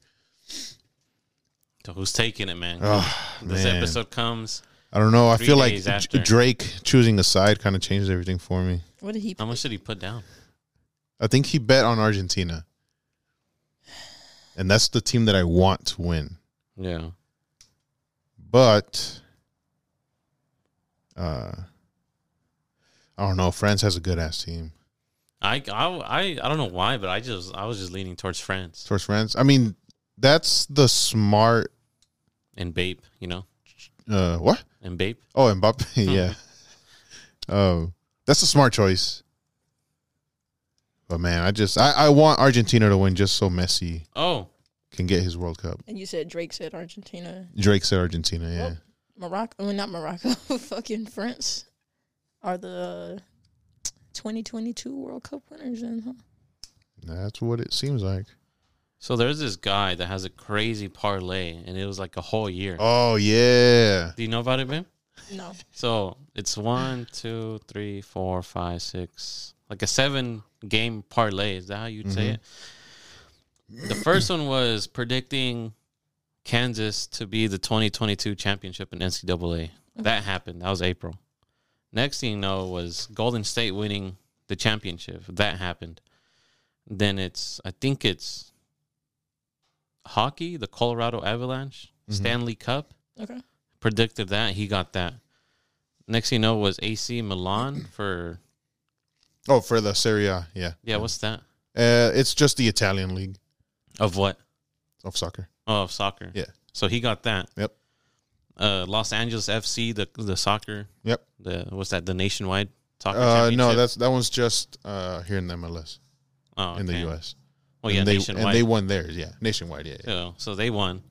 So who's taking it, man? Oh, this man. episode comes. I don't know. I Three feel like days after. Drake choosing a side kind of changed everything for me. What did he? How much did he put down? I think he bet on Argentina, and that's the team that I want to win. Yeah. But uh, I don't know. France has a good ass team. I, I, I, I don't know why, but I just I was just leaning towards France Towards France, I mean, that's the smart. and Bape, you know, Uh, what? and Bape. Oh, Mbappe. yeah. Oh, that's a smart choice. But man, I just I, I want Argentina to win just so Messi Oh, can get his World Cup. And you said Drake said Argentina, Drake said Argentina. Yeah. Well- Morocco. Well, not Morocco. fucking France are the 2022 World Cup winners. Then, huh? That's what it seems like. so there's this guy that has a crazy parlay, and it was like a whole year. Oh yeah. Do you know about it, man? No. So it's one, two, three, four, five, six, like a seven game parlay. Is that how you'd say it? The first one was predicting Kansas to be the 2022 championship in NCAA. That happened. That was April. Next thing you know was Golden State winning the championship. That happened. Then it's, I think it's hockey, the Colorado Avalanche, Stanley Cup Okay. predicted that. He got that. Next thing you know was AC Milan for Oh, for the Serie A, yeah. yeah. What's that Uh, it's just the Italian league of what? of soccer. Oh, of soccer. Yeah. So he got that. Yep. Uh, Los Angeles FC, the the soccer, Yep. the what's that? The nationwide soccer. Uh, no, championship? that's that one's just uh, here in the MLS oh, in the okay. US. Well, yeah, and they nationwide. and they won Mm-hmm. theirs, yeah. Nationwide, yeah. yeah. so, so they won,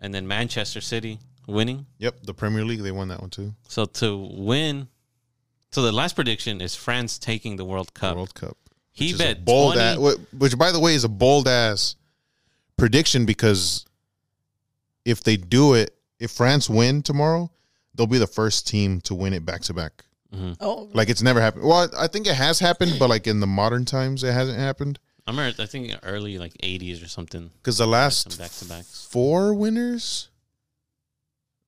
and then Manchester City winning. Yep, the Premier League they won that one too. So to win, so the last prediction is France taking the World Cup. World Cup. he Which is a bet bold 20 ass, wh- which by the way is a bold ass prediction because if they do it, if France win tomorrow, they'll be the first team to win it back to back. Oh, Like it's never happened. Well, I I think it has happened, but like in the modern times, it hasn't happened. I remember, I think early like '80s or something. Because the last Some back-to-backs. four winners,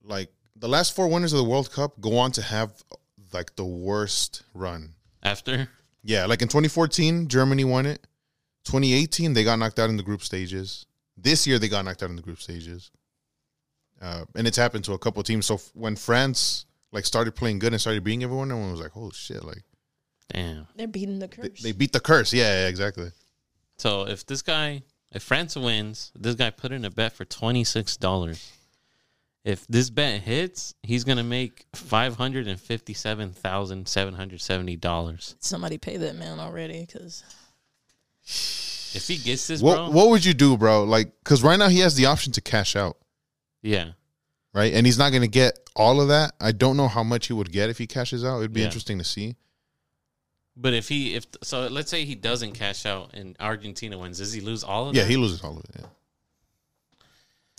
like the last four winners of the World Cup, go on to have like the worst run. After, Yeah, like in 2014, Germany won it. 2018, they got knocked out in the group stages. This year, they got knocked out in the group stages. Uh, and it's happened to a couple teams. So f- when France like started playing good and started beating everyone, everyone was like, "Oh shit!" Like damn. they're beating the they, curse. they beat the curse. Yeah, yeah, exactly. So if this guy, if France wins, this guy put in a bet for twenty six dollars. If this bet hits, he's gonna make five hundred and fifty seven thousand seven hundred seventy dollars. Somebody pay that man already, because If he gets this, What bro, What would you do, bro? Like, because right now he has the option to cash out, yeah, right? And he's not going to get all of that. I don't know how much he would get if he cashes out. It'd be Yeah. interesting to see. But if he if so, let's say he doesn't cash out and Argentina wins, does he lose all of Yeah, that? he loses all of it.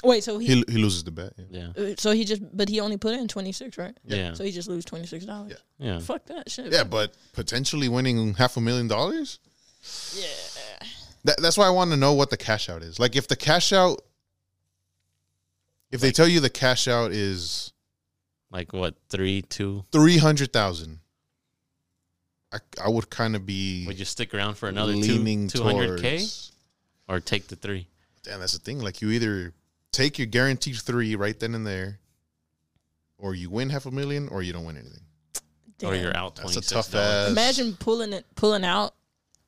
wait, so Yeah. he, He he loses the bet. Yeah. yeah, uh, so he just, but he only put in twenty six, right? yeah, So he just lose twenty six dollars. yeah. Fuck that shit. yeah, but potentially winning half a million dollars. Yeah. That, that's why I want to know what the cash out is. Like, if the cash out, if they tell you the cash out is Like what three, two? three hundred thousand, I I would kind of be Would you stick around for another two two hundred k towards- or take the three? Damn, that's the thing. Like, you either take your guaranteed three right then and there, or you win half a million, or you don't win anything. Or Oh, Damn. you're out That's twenty a six tough dollars. ass. Imagine pulling it, pulling out,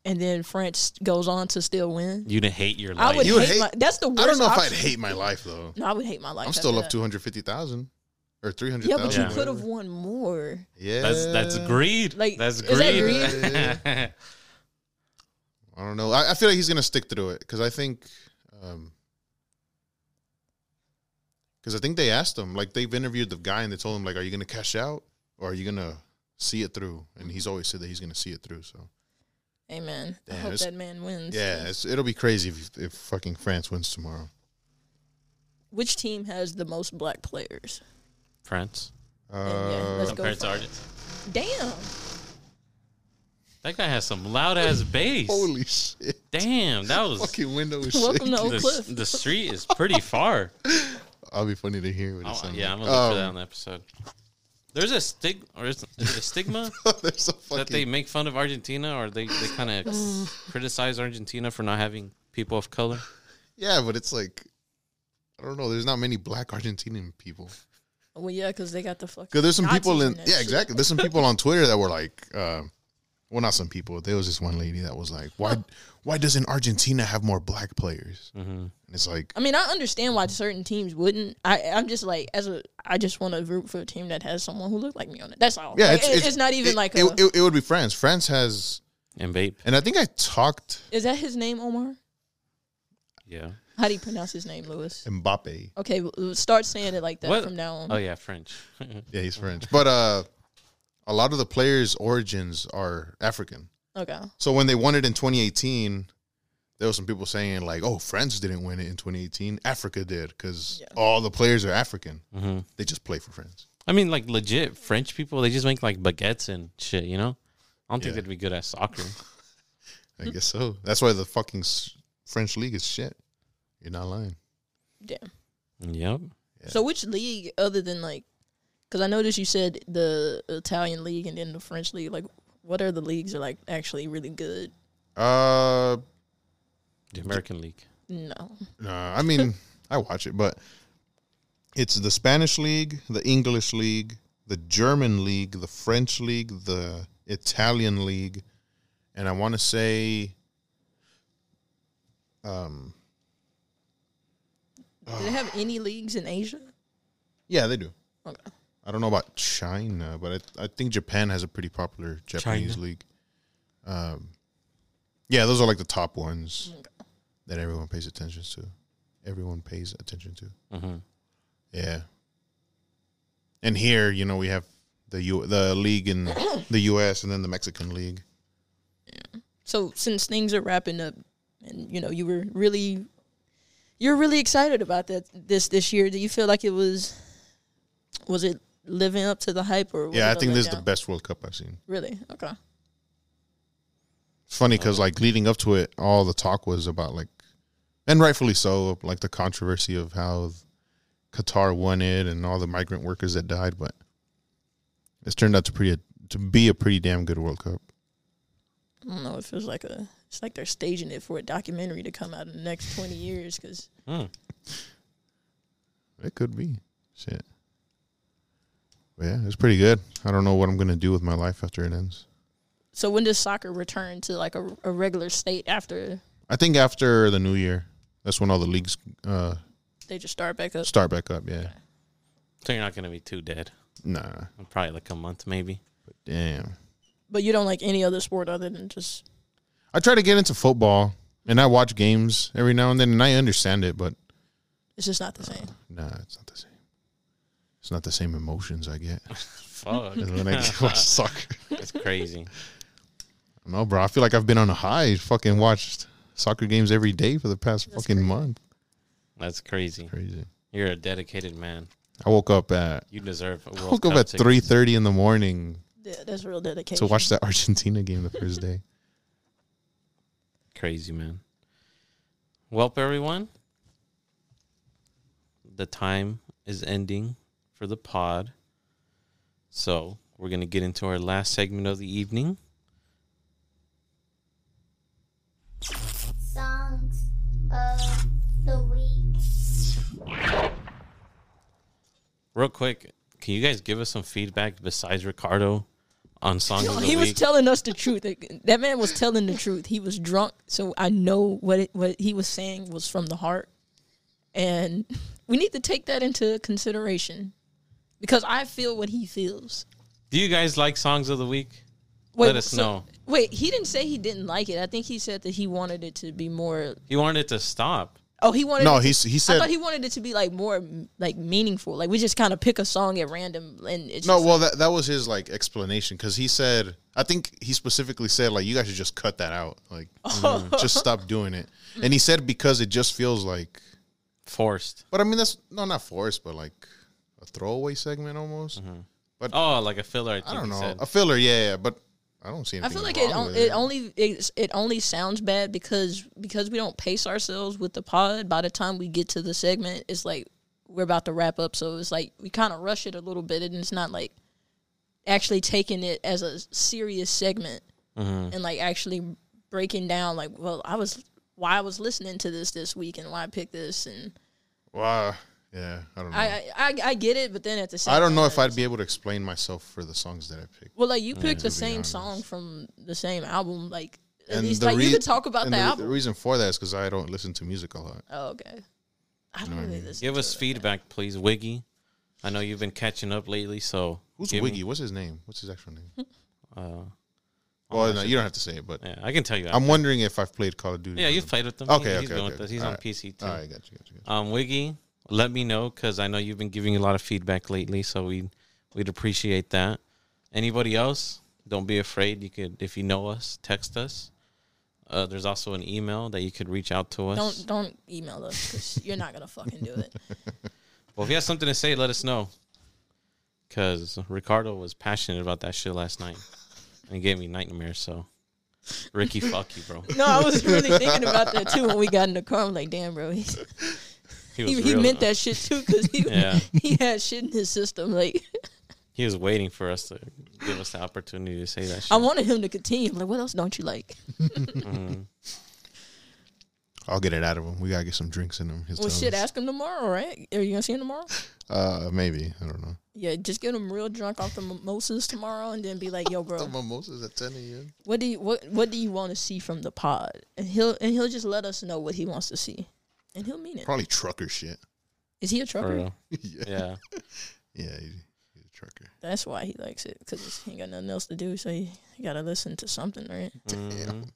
and then France goes on to still win. You'd hate your life. I would You would hate, hate- my. That's the worst. I don't know if I'd option. hate my life though. No, I would hate my life. I'm after still up that. two hundred fifty thousand or three hundred Yeah, but thousand. you Yeah. could have won more. Yeah, that's that's greed. Uh, Like, that's is that greed. I don't know. I, I feel like he's gonna stick through it because I think, um, because I think they asked him like they've interviewed the guy and they told him like, are you gonna cash out or are you gonna see it through? And he's always said that he's gonna see it through. So Amen. I Damn, hope it's- that man wins. yeah, it's, it'll be crazy if, if fucking France wins tomorrow. Which team has the most black players? France yeah, let's Uh, go compared to for it. Argentina. Damn. That guy has some loud ass bass. holy shit! Damn, that was Fucking window is Welcome to shaking. Oak the, Cliff. the street is pretty far. I'll be funny to hear what it Oh, sounds yeah, I'm like. gonna look for Um, that on the episode. There's a stig or is, is it a stigma There's a that they fucking make fun of Argentina or they, they kind of criticize Argentina for not having people of color. yeah, but it's like I don't know. There's not many black Argentinian people. Well, yeah, because they got the fucking. Because there's some Nazis people in, that yeah, shit. exactly. There's some people on Twitter that were like, uh, well, not some people. There was this one lady that was like, why, why doesn't Argentina have more black players? Mhm. And it's like, I mean, I understand why certain teams wouldn't. I, I'm just like, as a, I just want to root for a team that has someone who looked like me on it. That's all. yeah, Like, it- it's, not even it- like a. it, it, it would be France. France has, And Bape, and I think I talked is that his name, Omar? yeah. How do you pronounce his name, Lewis? Mbappe. Okay, well, start saying it like that What? from now on. Oh yeah, French. Yeah, he's French, but uh, a lot of the players' origins are African. Okay. So when they won it in 2018, there was some people saying like, "Oh, France didn't win it in 2018. Africa did because Yeah. all the players are African. hmm They just play for France." I mean, like legit French people. They just make like baguettes and shit. You know, I don't think Yeah. they'd be good at soccer. I guess so. That's why the fucking s- French league is shit. You're not lying. Damn. yep. Yeah. So which league other than like cuz I noticed you said the Italian league and then the French league like what are the leagues that are like actually really good? Uh, The American League. No. nah, I mean, I watch it, but it's the Spanish league, the English league, the German league, the French league, the Italian league, and I want to say, um, Do they Ah. have any leagues in Asia? yeah, they do. Okay. I don't know about China, but I, I think Japan has a pretty popular Japanese China. league. Um, yeah, those are like the top ones that everyone pays attention to. Everyone pays attention to. hmm Yeah. And here, you know, we have the U- the league in the U.S. and then the Mexican league. So since things are wrapping up and you know you were really you're really excited about that this this year. Do you feel like it was was it living up to the hype or was Yeah, it I all think let this is the down? best World Cup I've seen. Really? Okay. Funny because like leading up to it, all the talk was about like, and rightfully so, like the controversy of how Qatar won it and all the migrant workers that died. But it's turned out to pretty to be a pretty damn good World Cup. I don't know. It feels like a. It's like they're staging it for a documentary to come out in the next twenty years because Hmm. It could be shit. But yeah, it's pretty good. I don't know what I'm gonna do with my life after it ends. So when does soccer return to like a, a regular state after I think after the new year, that's when all the leagues uh, they just start back up? start back up. Yeah, So you're not gonna be too dead. nah, Probably like a month, maybe. damn. But you don't like any other sport other than just I try to get into football, and I watch games every now and then, and I understand it, but it's just not the same. nah, it's not the same. It's not the same emotions I get Fuck, as when I watch soccer. that's crazy. No, bro, I feel like I've been on a high. Fucking watched soccer games every day for the past fucking month. That's crazy. Crazy. You're a dedicated man. I woke up at You deserve. A World I woke Cup up at ticket. three thirty in the morning Yeah, that's real dedication. to watch that Argentina game the first day. Crazy man. Welp, everyone. The time is ending for the pod. So we're gonna get into our last segment of the evening. songs of the week. Real quick, can you guys give us some feedback besides Ricardo on songs of the he was week? telling us the truth. That man was telling the truth. He was drunk, so I know what it, what he was saying was from the heart, and we need to take that into consideration because I feel what he feels. Do you guys like songs of the week? Wait, Let us so- know. Wait, he didn't say he didn't like it. I think he said that he wanted it to be more. He wanted it to stop. Oh, he wanted No, it to- he s- he I said thought he wanted it to be like more like meaningful. Like we just kind of pick a song at random and it's No, just, well, that that was his like explanation because he said, I think he specifically said like, you guys should just cut that out, like, mm, just stop doing it. And he said because it just feels like, Forced. but I mean that's no, not forced, but like a throwaway segment almost. Oh, like a filler. I, think I don't he know, said. a filler, yeah, yeah, but I don't see I anything. feel like it, wrong on, with it only it, it only sounds bad because because we don't pace ourselves with the pod. By the time we get to the segment, it's like we're about to wrap up, so it's like we kind of rush it a little bit, and it's not like actually taking it as a serious segment and like actually breaking down like, well, I was why I was listening to this this week and why I picked this, and Wow, yeah, I don't know. I I, I, I, I get it, but then at the same don't know time, if I'd be able to explain myself for the songs that I picked. Well, like you picked the same honest. song from the same album, like at And least the like rea- you could talk about and the the, album. the reason for that is because I don't listen to music a lot. oh, okay. I don't really listen. Give to us it. feedback, please, Wiggy. I know you've been catching up lately, so Who's give me- Wiggy? What's his name? What's his actual name? Uh, Well, no, you don't have to say it, but yeah, I can tell you. I'm wondering if I've played Call of Duty. yeah, with you've him. played with him. Okay, He- okay, he's been okay, with okay. us. He's on Alright. PC too. All right, gotcha, gotcha, gotcha. Um, Wiggy, let me know because I know you've been giving a lot of feedback lately, so we we'd appreciate that. Anybody else? Don't be afraid. You could, if you know us, text us. Uh, there's also an email that you could reach out to us. Don't don't email us because you're not gonna fucking do it. Well, if you have something to say, let us know. Because Ricardo was passionate about that shit last night and it gave me nightmares. So, Ricky, fuck you, bro. No, I was really thinking about that too when we got in the car. I'm like, damn, bro, he He was he, he real- uh, meant that shit too because he Yeah. he had shit in his system. Like He was waiting for us to give us the opportunity to say that shit. I wanted him to continue. I'm like, what else don't you like? I'll get it out of him. We gotta get some drinks in him. His Well, shit, tongues. ask him tomorrow, right? Are you gonna see him tomorrow? Uh, maybe I don't know. Yeah, just get him real drunk off the mimosas tomorrow, and then be like, "Yo, bro, mimosas at ten a.m. what do you what what do you want to see from the pod?" And he'll and he'll just let us know what he wants to see, and he'll mean it. Probably trucker shit. Is he a For trucker? real. yeah, Yeah. yeah, he's, he's a trucker. That's why he likes it because he ain't got nothing else to do, so he, he got to listen to something, right? Mhm.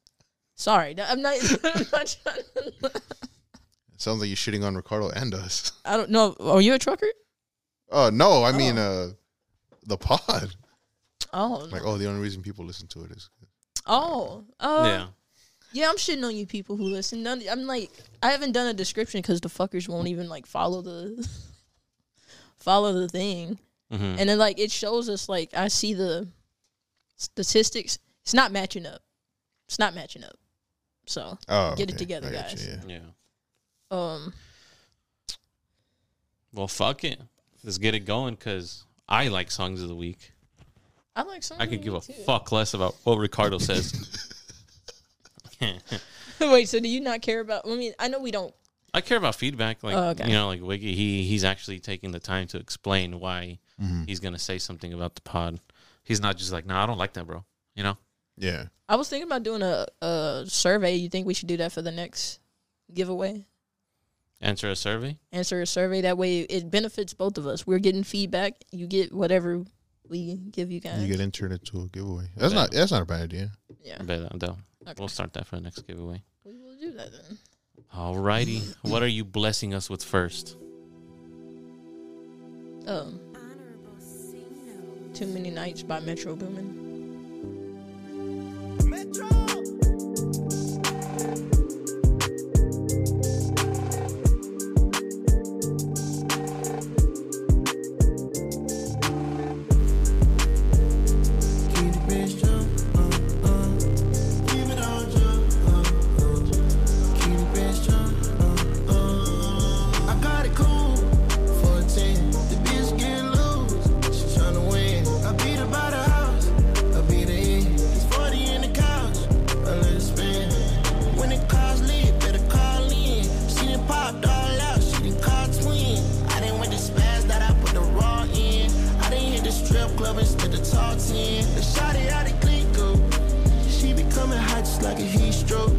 Sorry, that- I'm not. I'm not trying to, It sounds like you're shitting on Ricardo and us. I don't know. Are you a trucker? Oh no, I mean uh, the pod. Oh, Like, oh, the only reason people listen to it is oh, oh. Yeah. Yeah, I'm shitting on you people who listen. None, I'm like, I haven't done a description because the fuckers won't even like follow the follow the thing. Mhm. and then like it shows us like I see the statistics. It's not matching up. It's not matching up. So Oh, Get it okay. together, I got you, guys. yeah. Yeah. um Well, fuck it. Let's get it going because I like songs of the week. I like some. I could give a fuck less about what Ricardo says. Wait, so do you not care about? I mean, I know we don't. I care about feedback, like Oh, okay. you know, like Wiggy. He he's actually taking the time to explain why he's gonna say something about the pod. He's not just like, no, I don't like that, bro. You know, Yeah. I was thinking about doing a a survey. You think we should do that for the next giveaway? answer a survey. Answer a survey. That way, it benefits both of us. We're getting feedback. You get whatever we give you guys. You get intern into a giveaway. That's not that's not a bad idea. yeah, I bet that- that'll- Okay. We'll start that for the next giveaway. we will do that then. Alrighty, what are you blessing us with first? Um, Too Many Nights by Metro Boomin. I got it cool for a 10. The bitch get loose. She tryna win. I beat her by the house. I beat her in. It's 40 in the couch. I let it spin. When the car's lit, better call in. She done popped all out. She done caught twin. I done went to spaz that I put the raw in. I done hit the strip club instead of talk 10. The shawty out of Cleco. She be coming hot just like a heat stroke.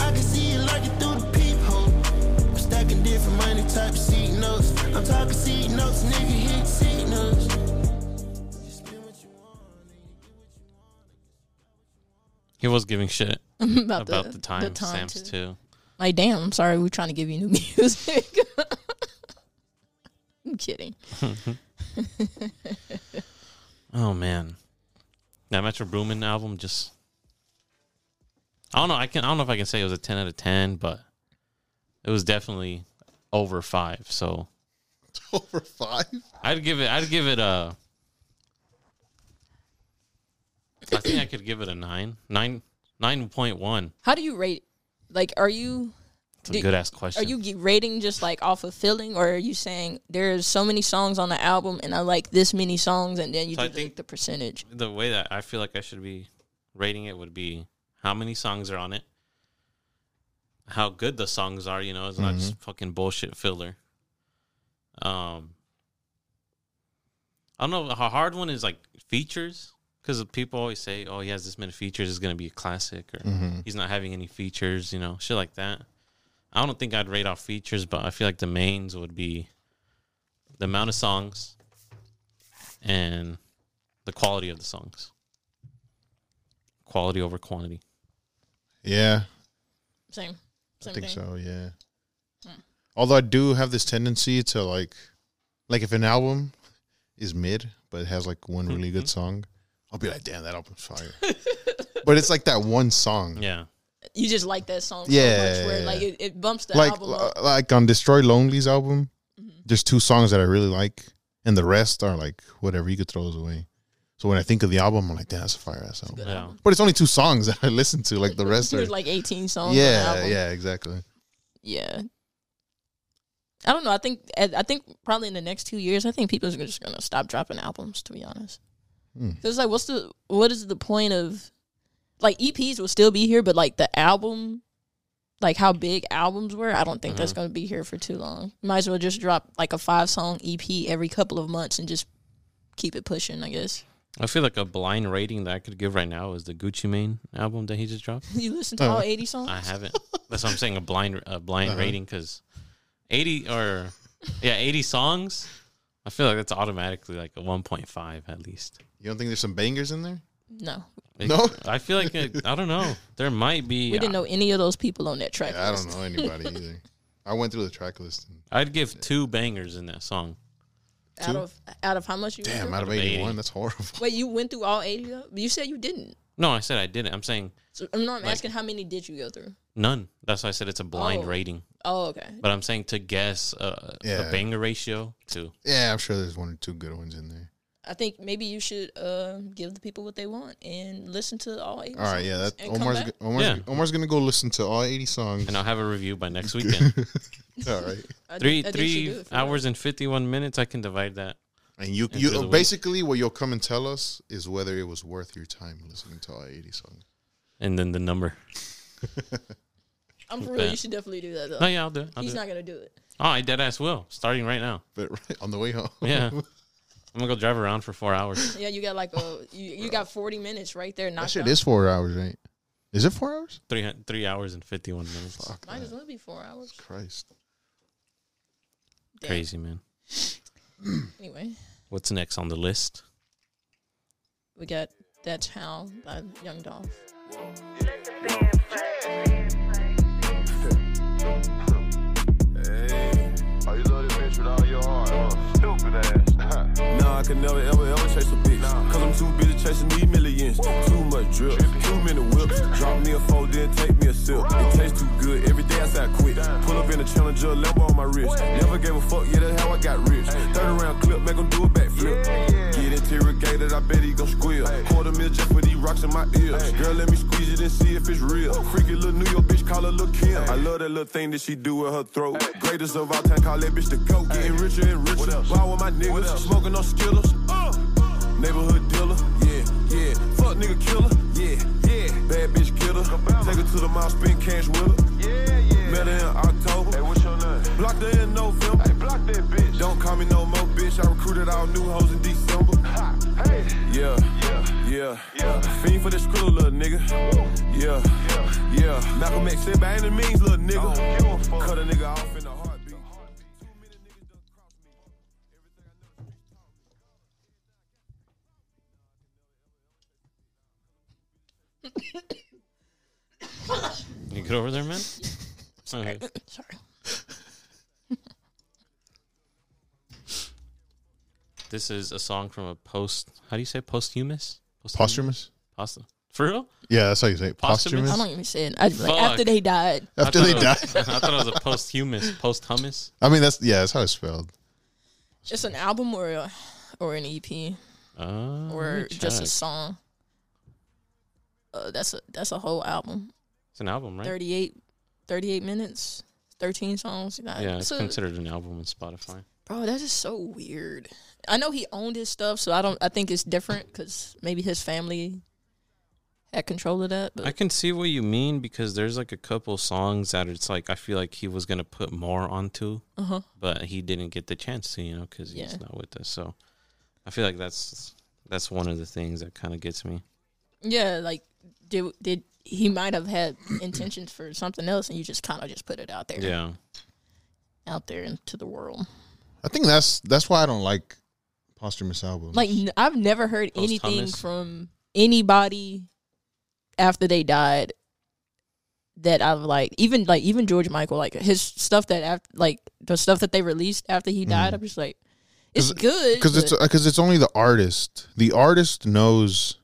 I can see it lurking through the peephole. I'm stacking different money type of seat notes. I'm talking seat notes, nigga, hit seat notes. Just spend what you want, nigga. He was giving shit about, about the, time, time stamps too. too. Like, damn, I'm sorry. We're trying to give you new music. I'm kidding. Oh man, that Metro Boomin album just. I don't know. I can. I don't know if I can say it was a ten out of ten, but it was definitely over five. So Over five? I'd give it. I'd give it a. I think I could give it a nine, nine, nine point one. How do you rate? Like, are you It's a Did- good ass are question. you ge- rating just like off of feeling, or are you saying there's so many songs on the album and I like this many songs, and then you So I do the, think- the percentage? the way that I feel like I should be rating it would be how many songs are on it, how good the songs are. You know, it's not just fucking bullshit filler. Um, I don't know. A hard one is like features because people always say, "Oh, he has this many features, it's gonna be a classic," or "He's not having any features," you know, shit like that. I don't think I'd rate off features, but I feel like the mains would be the amount of songs and the quality of the songs. Quality over quantity. Yeah. Same, same I think thing. so, yeah. Hmm. Although I do have this tendency to like like if an album is mid but it has like one really Mm-hmm. good song, I'll be like, damn, that album's fire. but it's like that one song. Yeah. You just like that song so Yeah, much, where yeah, like yeah. it, it bumps the like uh, album Mm-hmm. up. li- like on Destroy Lonely's album, there's two songs that I really like, and the rest are like whatever you could throw those away. So when I think of the album, I'm like, damn, that's a fire ass album. Yeah. But it's only two songs that I listen to. Like the rest are, There's like 18 songs. on the yeah, album. yeah, exactly. yeah. I don't know. I think I I think probably in the next two years, I think people are just gonna stop dropping albums. To be honest, Hmm. because like, what's the what is the point of like EPs will still be here, but like the album, like how big albums were, I don't think that's Mm-hmm. gonna be here for too long. Might as well just drop like a five song EP every couple of months and just keep it pushing. I guess I feel like a blind rating that I could give right now is the Gucci Mane album that he just dropped. you listen to Oh. all eighty songs. I haven't. Uh-huh. That's what I'm saying. A blind, a blind rating because eighty or yeah, eighty songs. I feel like that's automatically like a one point five at least. You don't think there's some bangers in there? no, Like, No? I feel like it, I don't know. There might be. we didn't know any of those people on that track. Yeah, I list. don't know anybody either. I went through the track list. And, I'd give two bangers in that song. Out of out of how much you went damn, through? out of Out of eighty one, 80. that's horrible. Wait, you went through all eighty though? You said you didn't. No, I said I didn't. I'm saying So, I'm not I'm Like- asking how many did you go through. none. That's why I said it's a blind Oh. rating. Oh, okay. But I'm saying to guess uh, Yeah. a banger ratio to Yeah, I'm sure there's one or two good ones in there. I think maybe you should uh, give the people what they want and listen to all eight. All right, yeah, that And come Omar's back? go- Omar's, Yeah. Omar's gonna go listen to all 80 songs. and I'll have a review by next weekend. all right, three I think- I think you should do three it for hours and 51 minutes. I can divide that. and you And through the you week. basically what you'll come and tell us is whether it was worth your time listening to all 80 songs. And then the number. that. I'm for real. You should definitely do that. Though. No, yeah, I'll do it. I'll He's do it. not gonna do it. Oh, I dead ass will. Starting right now. But right on the way home, Yeah. I'm going to go drive around for four hours. Yeah, you got like a you, you got 40 minutes right there. that knocked shit out. is four hours, right? Is it four hours? Three, hun- three hours and 51 minutes. Fuck Might that. as well be four hours. Christ. Damn. Crazy, man. Anyway, What's next on the list? we got that's how by Young Dolph. Oh, you love this bitch with all your heart, huh? Stupid ass. Nah, I can never ever ever chase a bitch. Cause I'm too busy chasing these millions. Too much drip, too many whips. Drop me a four, then take me a sip. It tastes too good, every day I say I quit. Pull up in a challenger, Lambo on my wrist. Never gave a fuck, yeah, that's how I got rich. 30 round clip, make him do a backflip. Get interrogated, I bet he gon' squeal. Quarter mil just for these rocks in my ears. Girl, let me squeeze it and see if it's real. Freaky little New York bitch, call her Lil' Kim. I love that little thing that she do with her throat. Greatest of all time, call that bitch the GOAT. Getting richer and richer. Ball with my niggas, smoking on Skittles. Uh, Neighborhood dealer, yeah, yeah. Fuck nigga killer, yeah, yeah. Bad bitch killer, take her to the mall, spend cash with her. Yeah, yeah. Met her in October, Hey, what's your name? blocked her in November. Hey, block that bitch. Don't call me no more, bitch. I recruited all new hoes in December. Ha. Hey. Yeah, Yeah. yeah, Yeah. Fiend for the scribble, little nigga. Yeah, yeah. Malcolm X said by any means, little nigga. Give a fuck. Cut a nigga off in a heartbeat. You get over there, man? Okay. Sorry. This is a song from a post. How do you say posthumous? Posthumous? Post- For real? Yeah, that's how you say it. Posthumous? Posthumous. I don't even say it. I, like, Fuck. after they died, I After thought they it die. was- I thought it was a posthumous. Post hummus. I mean, that's yeah, that's how it's spelled. it's an album or a, or an E EP Oh, let or me just a check. song. Uh, that's a that's a whole album. It's an album, right? 38, 38 minutes, thirteen songs. Nah, Yeah, it's it's a- considered an album on Spotify. Bro, that is so weird. I know he owned his stuff, so I don't. I think it's different because maybe his family had control of that. But I can see what you mean because there's like a couple songs that it's like I feel like he was gonna put more onto, Uh-huh. but he didn't get the chance to, you know, because he's Yeah. not with us. So I feel like that's that's one of the things that kind of gets me. yeah, like did did he might have had intentions for something else, and you just kind of just put it out there, Yeah, out there into the world. I think that's that's why I don't like posthumous albums. Like n- I've never heard Post anything hummus. from anybody after they died that I've like even like even George Michael like his stuff that after like the stuff that they released after he died. I'm just like. It's Mm-hmm. 'Cause- good because it's but because it's only the artist. The artist knows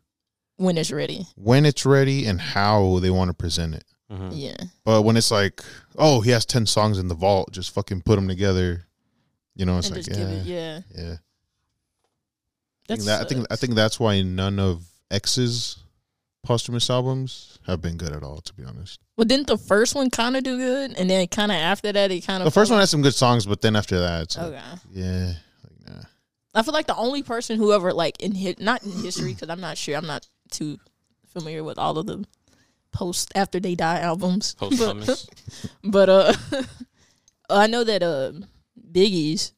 when it's ready. when it's ready and how they want to present it. Mhm. Yeah. But when it's like, oh, he has ten songs in the vault, just fucking put them together. You know, it's and like just yeah, give it, yeah. yeah. I think, that, I think I think that's why none of X's posthumous albums have been good at all. To be honest, Well, didn't the first one kind of do good, and then kind of after that, it kind of the first one has some good songs, but then after that, it's like, Okay. yeah, like nah. I feel like the only person who ever like in hit not in history because I'm not sure I'm not too familiar with all of the post after they die albums. post hummus. but, but uh, I know that uh, Biggie's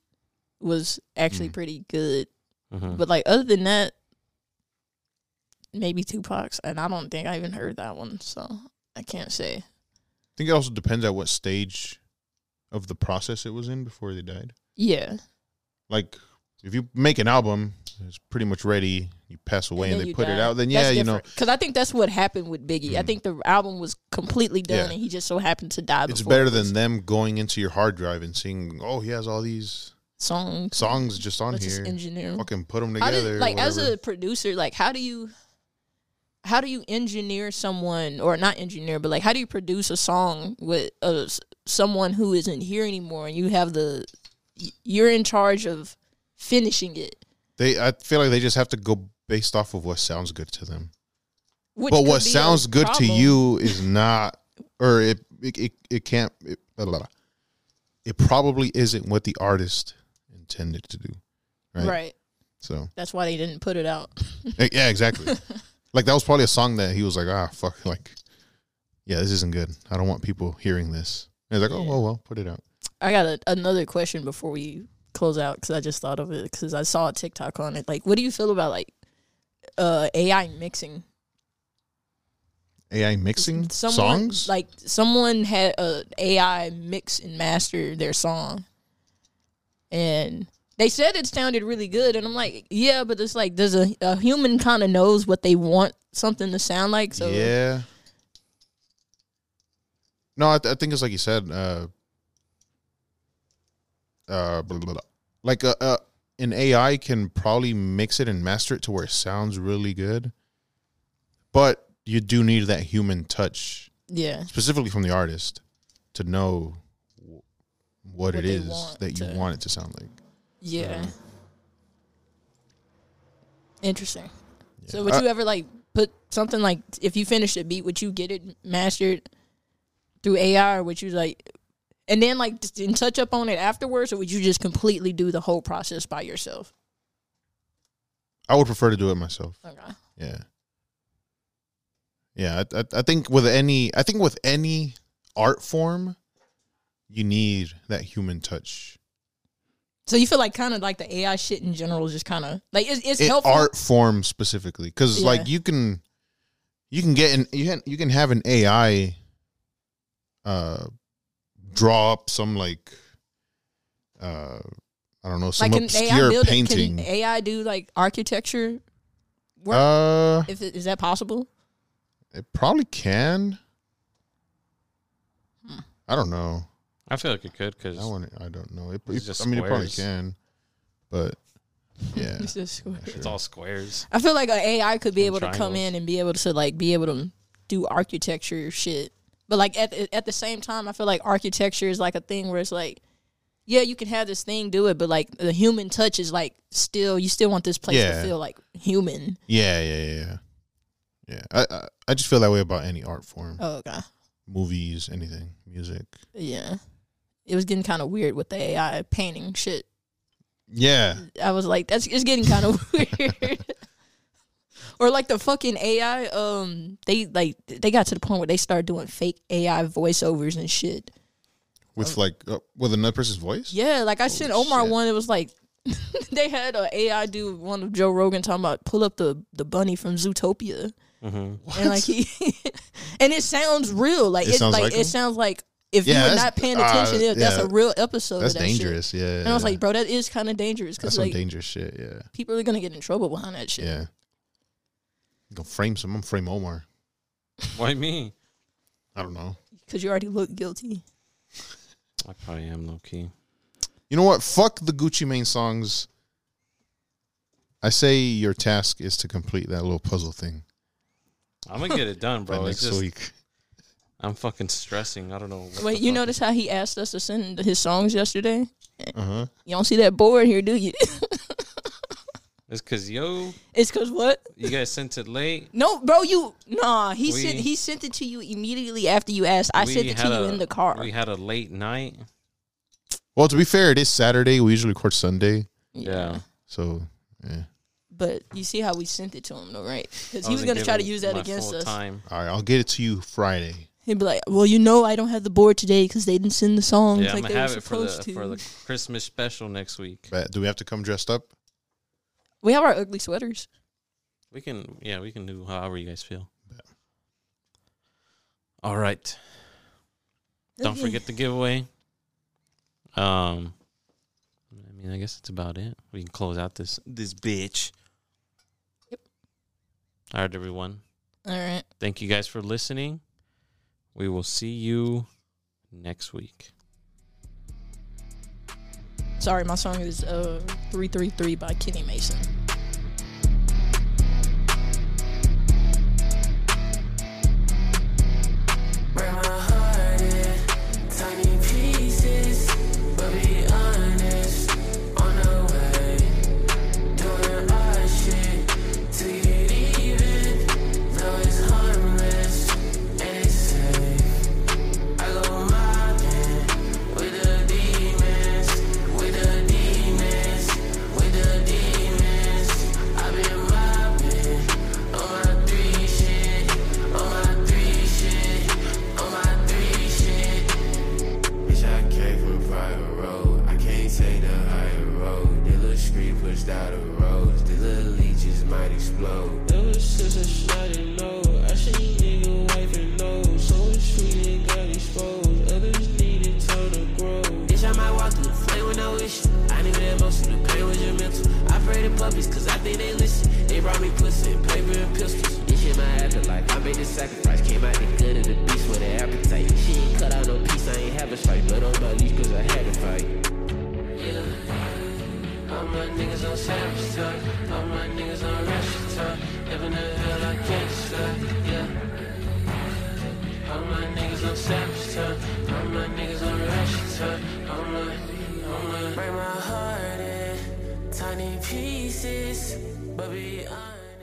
was actually pretty good, Mhm. but like other than that, maybe Tupac's, and I don't think I even heard that one, so I can't say. I think it also depends at what stage of the process it was in before they died. Yeah. Like, if you make an album, it's pretty much ready. You pass away and, then they you put it die. out. Then yeah, That's you know, Because I think that's what happened with Biggie. I think the album was completely done, Yeah. and he just so happened to die. it's before better it than was them going into your hard drive and seeing. Oh, he has all these songs. songs just on That's just here. engineering. Fucking put them How together. did, like as whatever. a producer, like how do you? how do you engineer someone or not engineer but like how do you produce a song with uh, s- someone who isn't here anymore and you have the y- you're in charge of finishing it They, I feel like they just have to go based off of what sounds good to them. which but could what be a sounds good to problem. you is not, or it it it, it can't. It, blah, blah, blah. it probably isn't what the artist intended to do. right. Right. So that's why they didn't put it out Eh, yeah, exactly. like that was probably a song that he was like, ah, fuck, like, yeah, this isn't good. I don't want people hearing this. And he's like, oh, well, well, put it out. i got a, another question before we close out because i just thought of it because i saw a tiktok on it like what do you feel about like uh ai mixing AI mixing someone, songs. Like someone had a AI mix and master their song, and they said it sounded really good. And I'm like, yeah, but it's like does a, a human kind of knows what they want something to sound like. So yeah. No, I, th- I think it's like you said. Uh, uh, blah, blah, blah. like uh, uh, an AI can probably mix it and master it to where it sounds really good, but you do need that human touch, yeah, specifically from the artist, to know wh- what, What it they is want that you to- want it to sound like. yeah. Interesting. So would I- you ever like put something like if you finished a beat, would you get it mastered through AI, or would you like? And then, like, just- and touch up on it afterwards, or would you just completely do the whole process by yourself? I would prefer to do it myself. Okay. Yeah. Yeah, I, I, I think with any, I think with any art form, you need that human touch. So you feel like kind of like the AI shit in general is just kind of like it's, it's It, helpful. art form specifically, because Yeah. like you can, you can get an you can you can have an AI, uh, draw up some like, uh, I don't know, some like an AI obscure build painting. Can AI do like architecture? work? uh, if it, is that possible? it probably can. Hmm. I don't know. I feel like it could because That one, I don't know. It, It's it- just I mean, it probably squares. can, but yeah, It's just weird. it's all squares. I feel like an AI could be And able to come triangles. in and be able to like be able to do architecture shit. But like at the- at the same time, I feel like architecture is like a thing where it's like, yeah, you can have this thing do it, but like the human touch is like still you still want this place Yeah. to feel like human. yeah, yeah, yeah, yeah. I, I I just feel that way about any art form, Oh god. movies, anything, music. Yeah. It was getting kind of weird with the AI painting shit. Yeah, I was like, that's it's getting kind of weird. or like the fucking AI, um, they like they got to the point where they started doing fake AI voiceovers and shit. with like uh, with another person's voice. Yeah, like I sent Holy Omar shit. one. It was like they had a AI do one of Joe Rogan talking about pull up the the bunny from Zootopia, and like he, and it sounds real. Like Mm-hmm. It it's sounds like, like him? it sounds like if Yeah, you were that's- not paying ah, attention, if that's yeah. a real episode. That's of that shit. dangerous. Yeah, And I was like, bro, that is kind of dangerous that's because some like dangerous shit. Yeah, people are gonna get in trouble behind that shit. yeah. You gonna frame some? I'm gonna frame Omar. Why me? I don't know. because you already look guilty. I probably am low key. You know what? Fuck the Gucci Mane songs. I say your task is to complete that little puzzle thing I'm gonna get it done, by bro. It's next just week. I'm fucking stressing. I don't know. what Wait, the you fuck- notice how he asked us to send his songs yesterday? Uh huh. You don't see that board here, do you? It's because yo, it's cause what? you guys sent it late. No, bro, you nah. He We- sent he sent it to you immediately after you asked. I We sent it to had you a- in the car. We had a late night. Well, to be fair, it is Saturday. We usually record Sunday, Yeah. so yeah. But you see how we sent it to him though, right? Because I he was gonna try to given use that my against full us. Time. All right, I'll get it to you Friday. He'd be like, "Well, you know, I don't have the board today because they didn't send the songs Yeah, I'm like gonna they were have it for the supposed to." for the Christmas special next week. But do we have to come dressed up? we have our ugly sweaters. We can, yeah, we can do however you guys feel. All right. Don't Okay. forget the giveaway. Um, I mean, I guess that's about it. We can close out this this bitch. Yep. All right, everyone. All right. Thank you guys for listening. We will see you next week. Sorry, my song is uh three three three by Kenny Mason. burst out a rose. The little leeches might explode. Ever since I shot it, no. I seen nigga wife and no. So sweet and got exposed. Others needed time to grow. Bitch, I might walk through the flame with no issue. I need that most of the pain was your mental. I pray to puppies, cause I think they listen. They brought me pussy and paper and pistols. This shit my afterlife. I made the sacrifice. Came out the good of the beast with an appetite. She ain't cut out no piece, I ain't have a fight. But on my leash, cause I had to fight. Yeah. All my niggas on savage time. All my niggas on ratchet time. Heaven to hell, I can't stop. Yeah. All my niggas on savage time. All my niggas on ratchet time. All my, all my. Break my heart in tiny pieces, but be honest.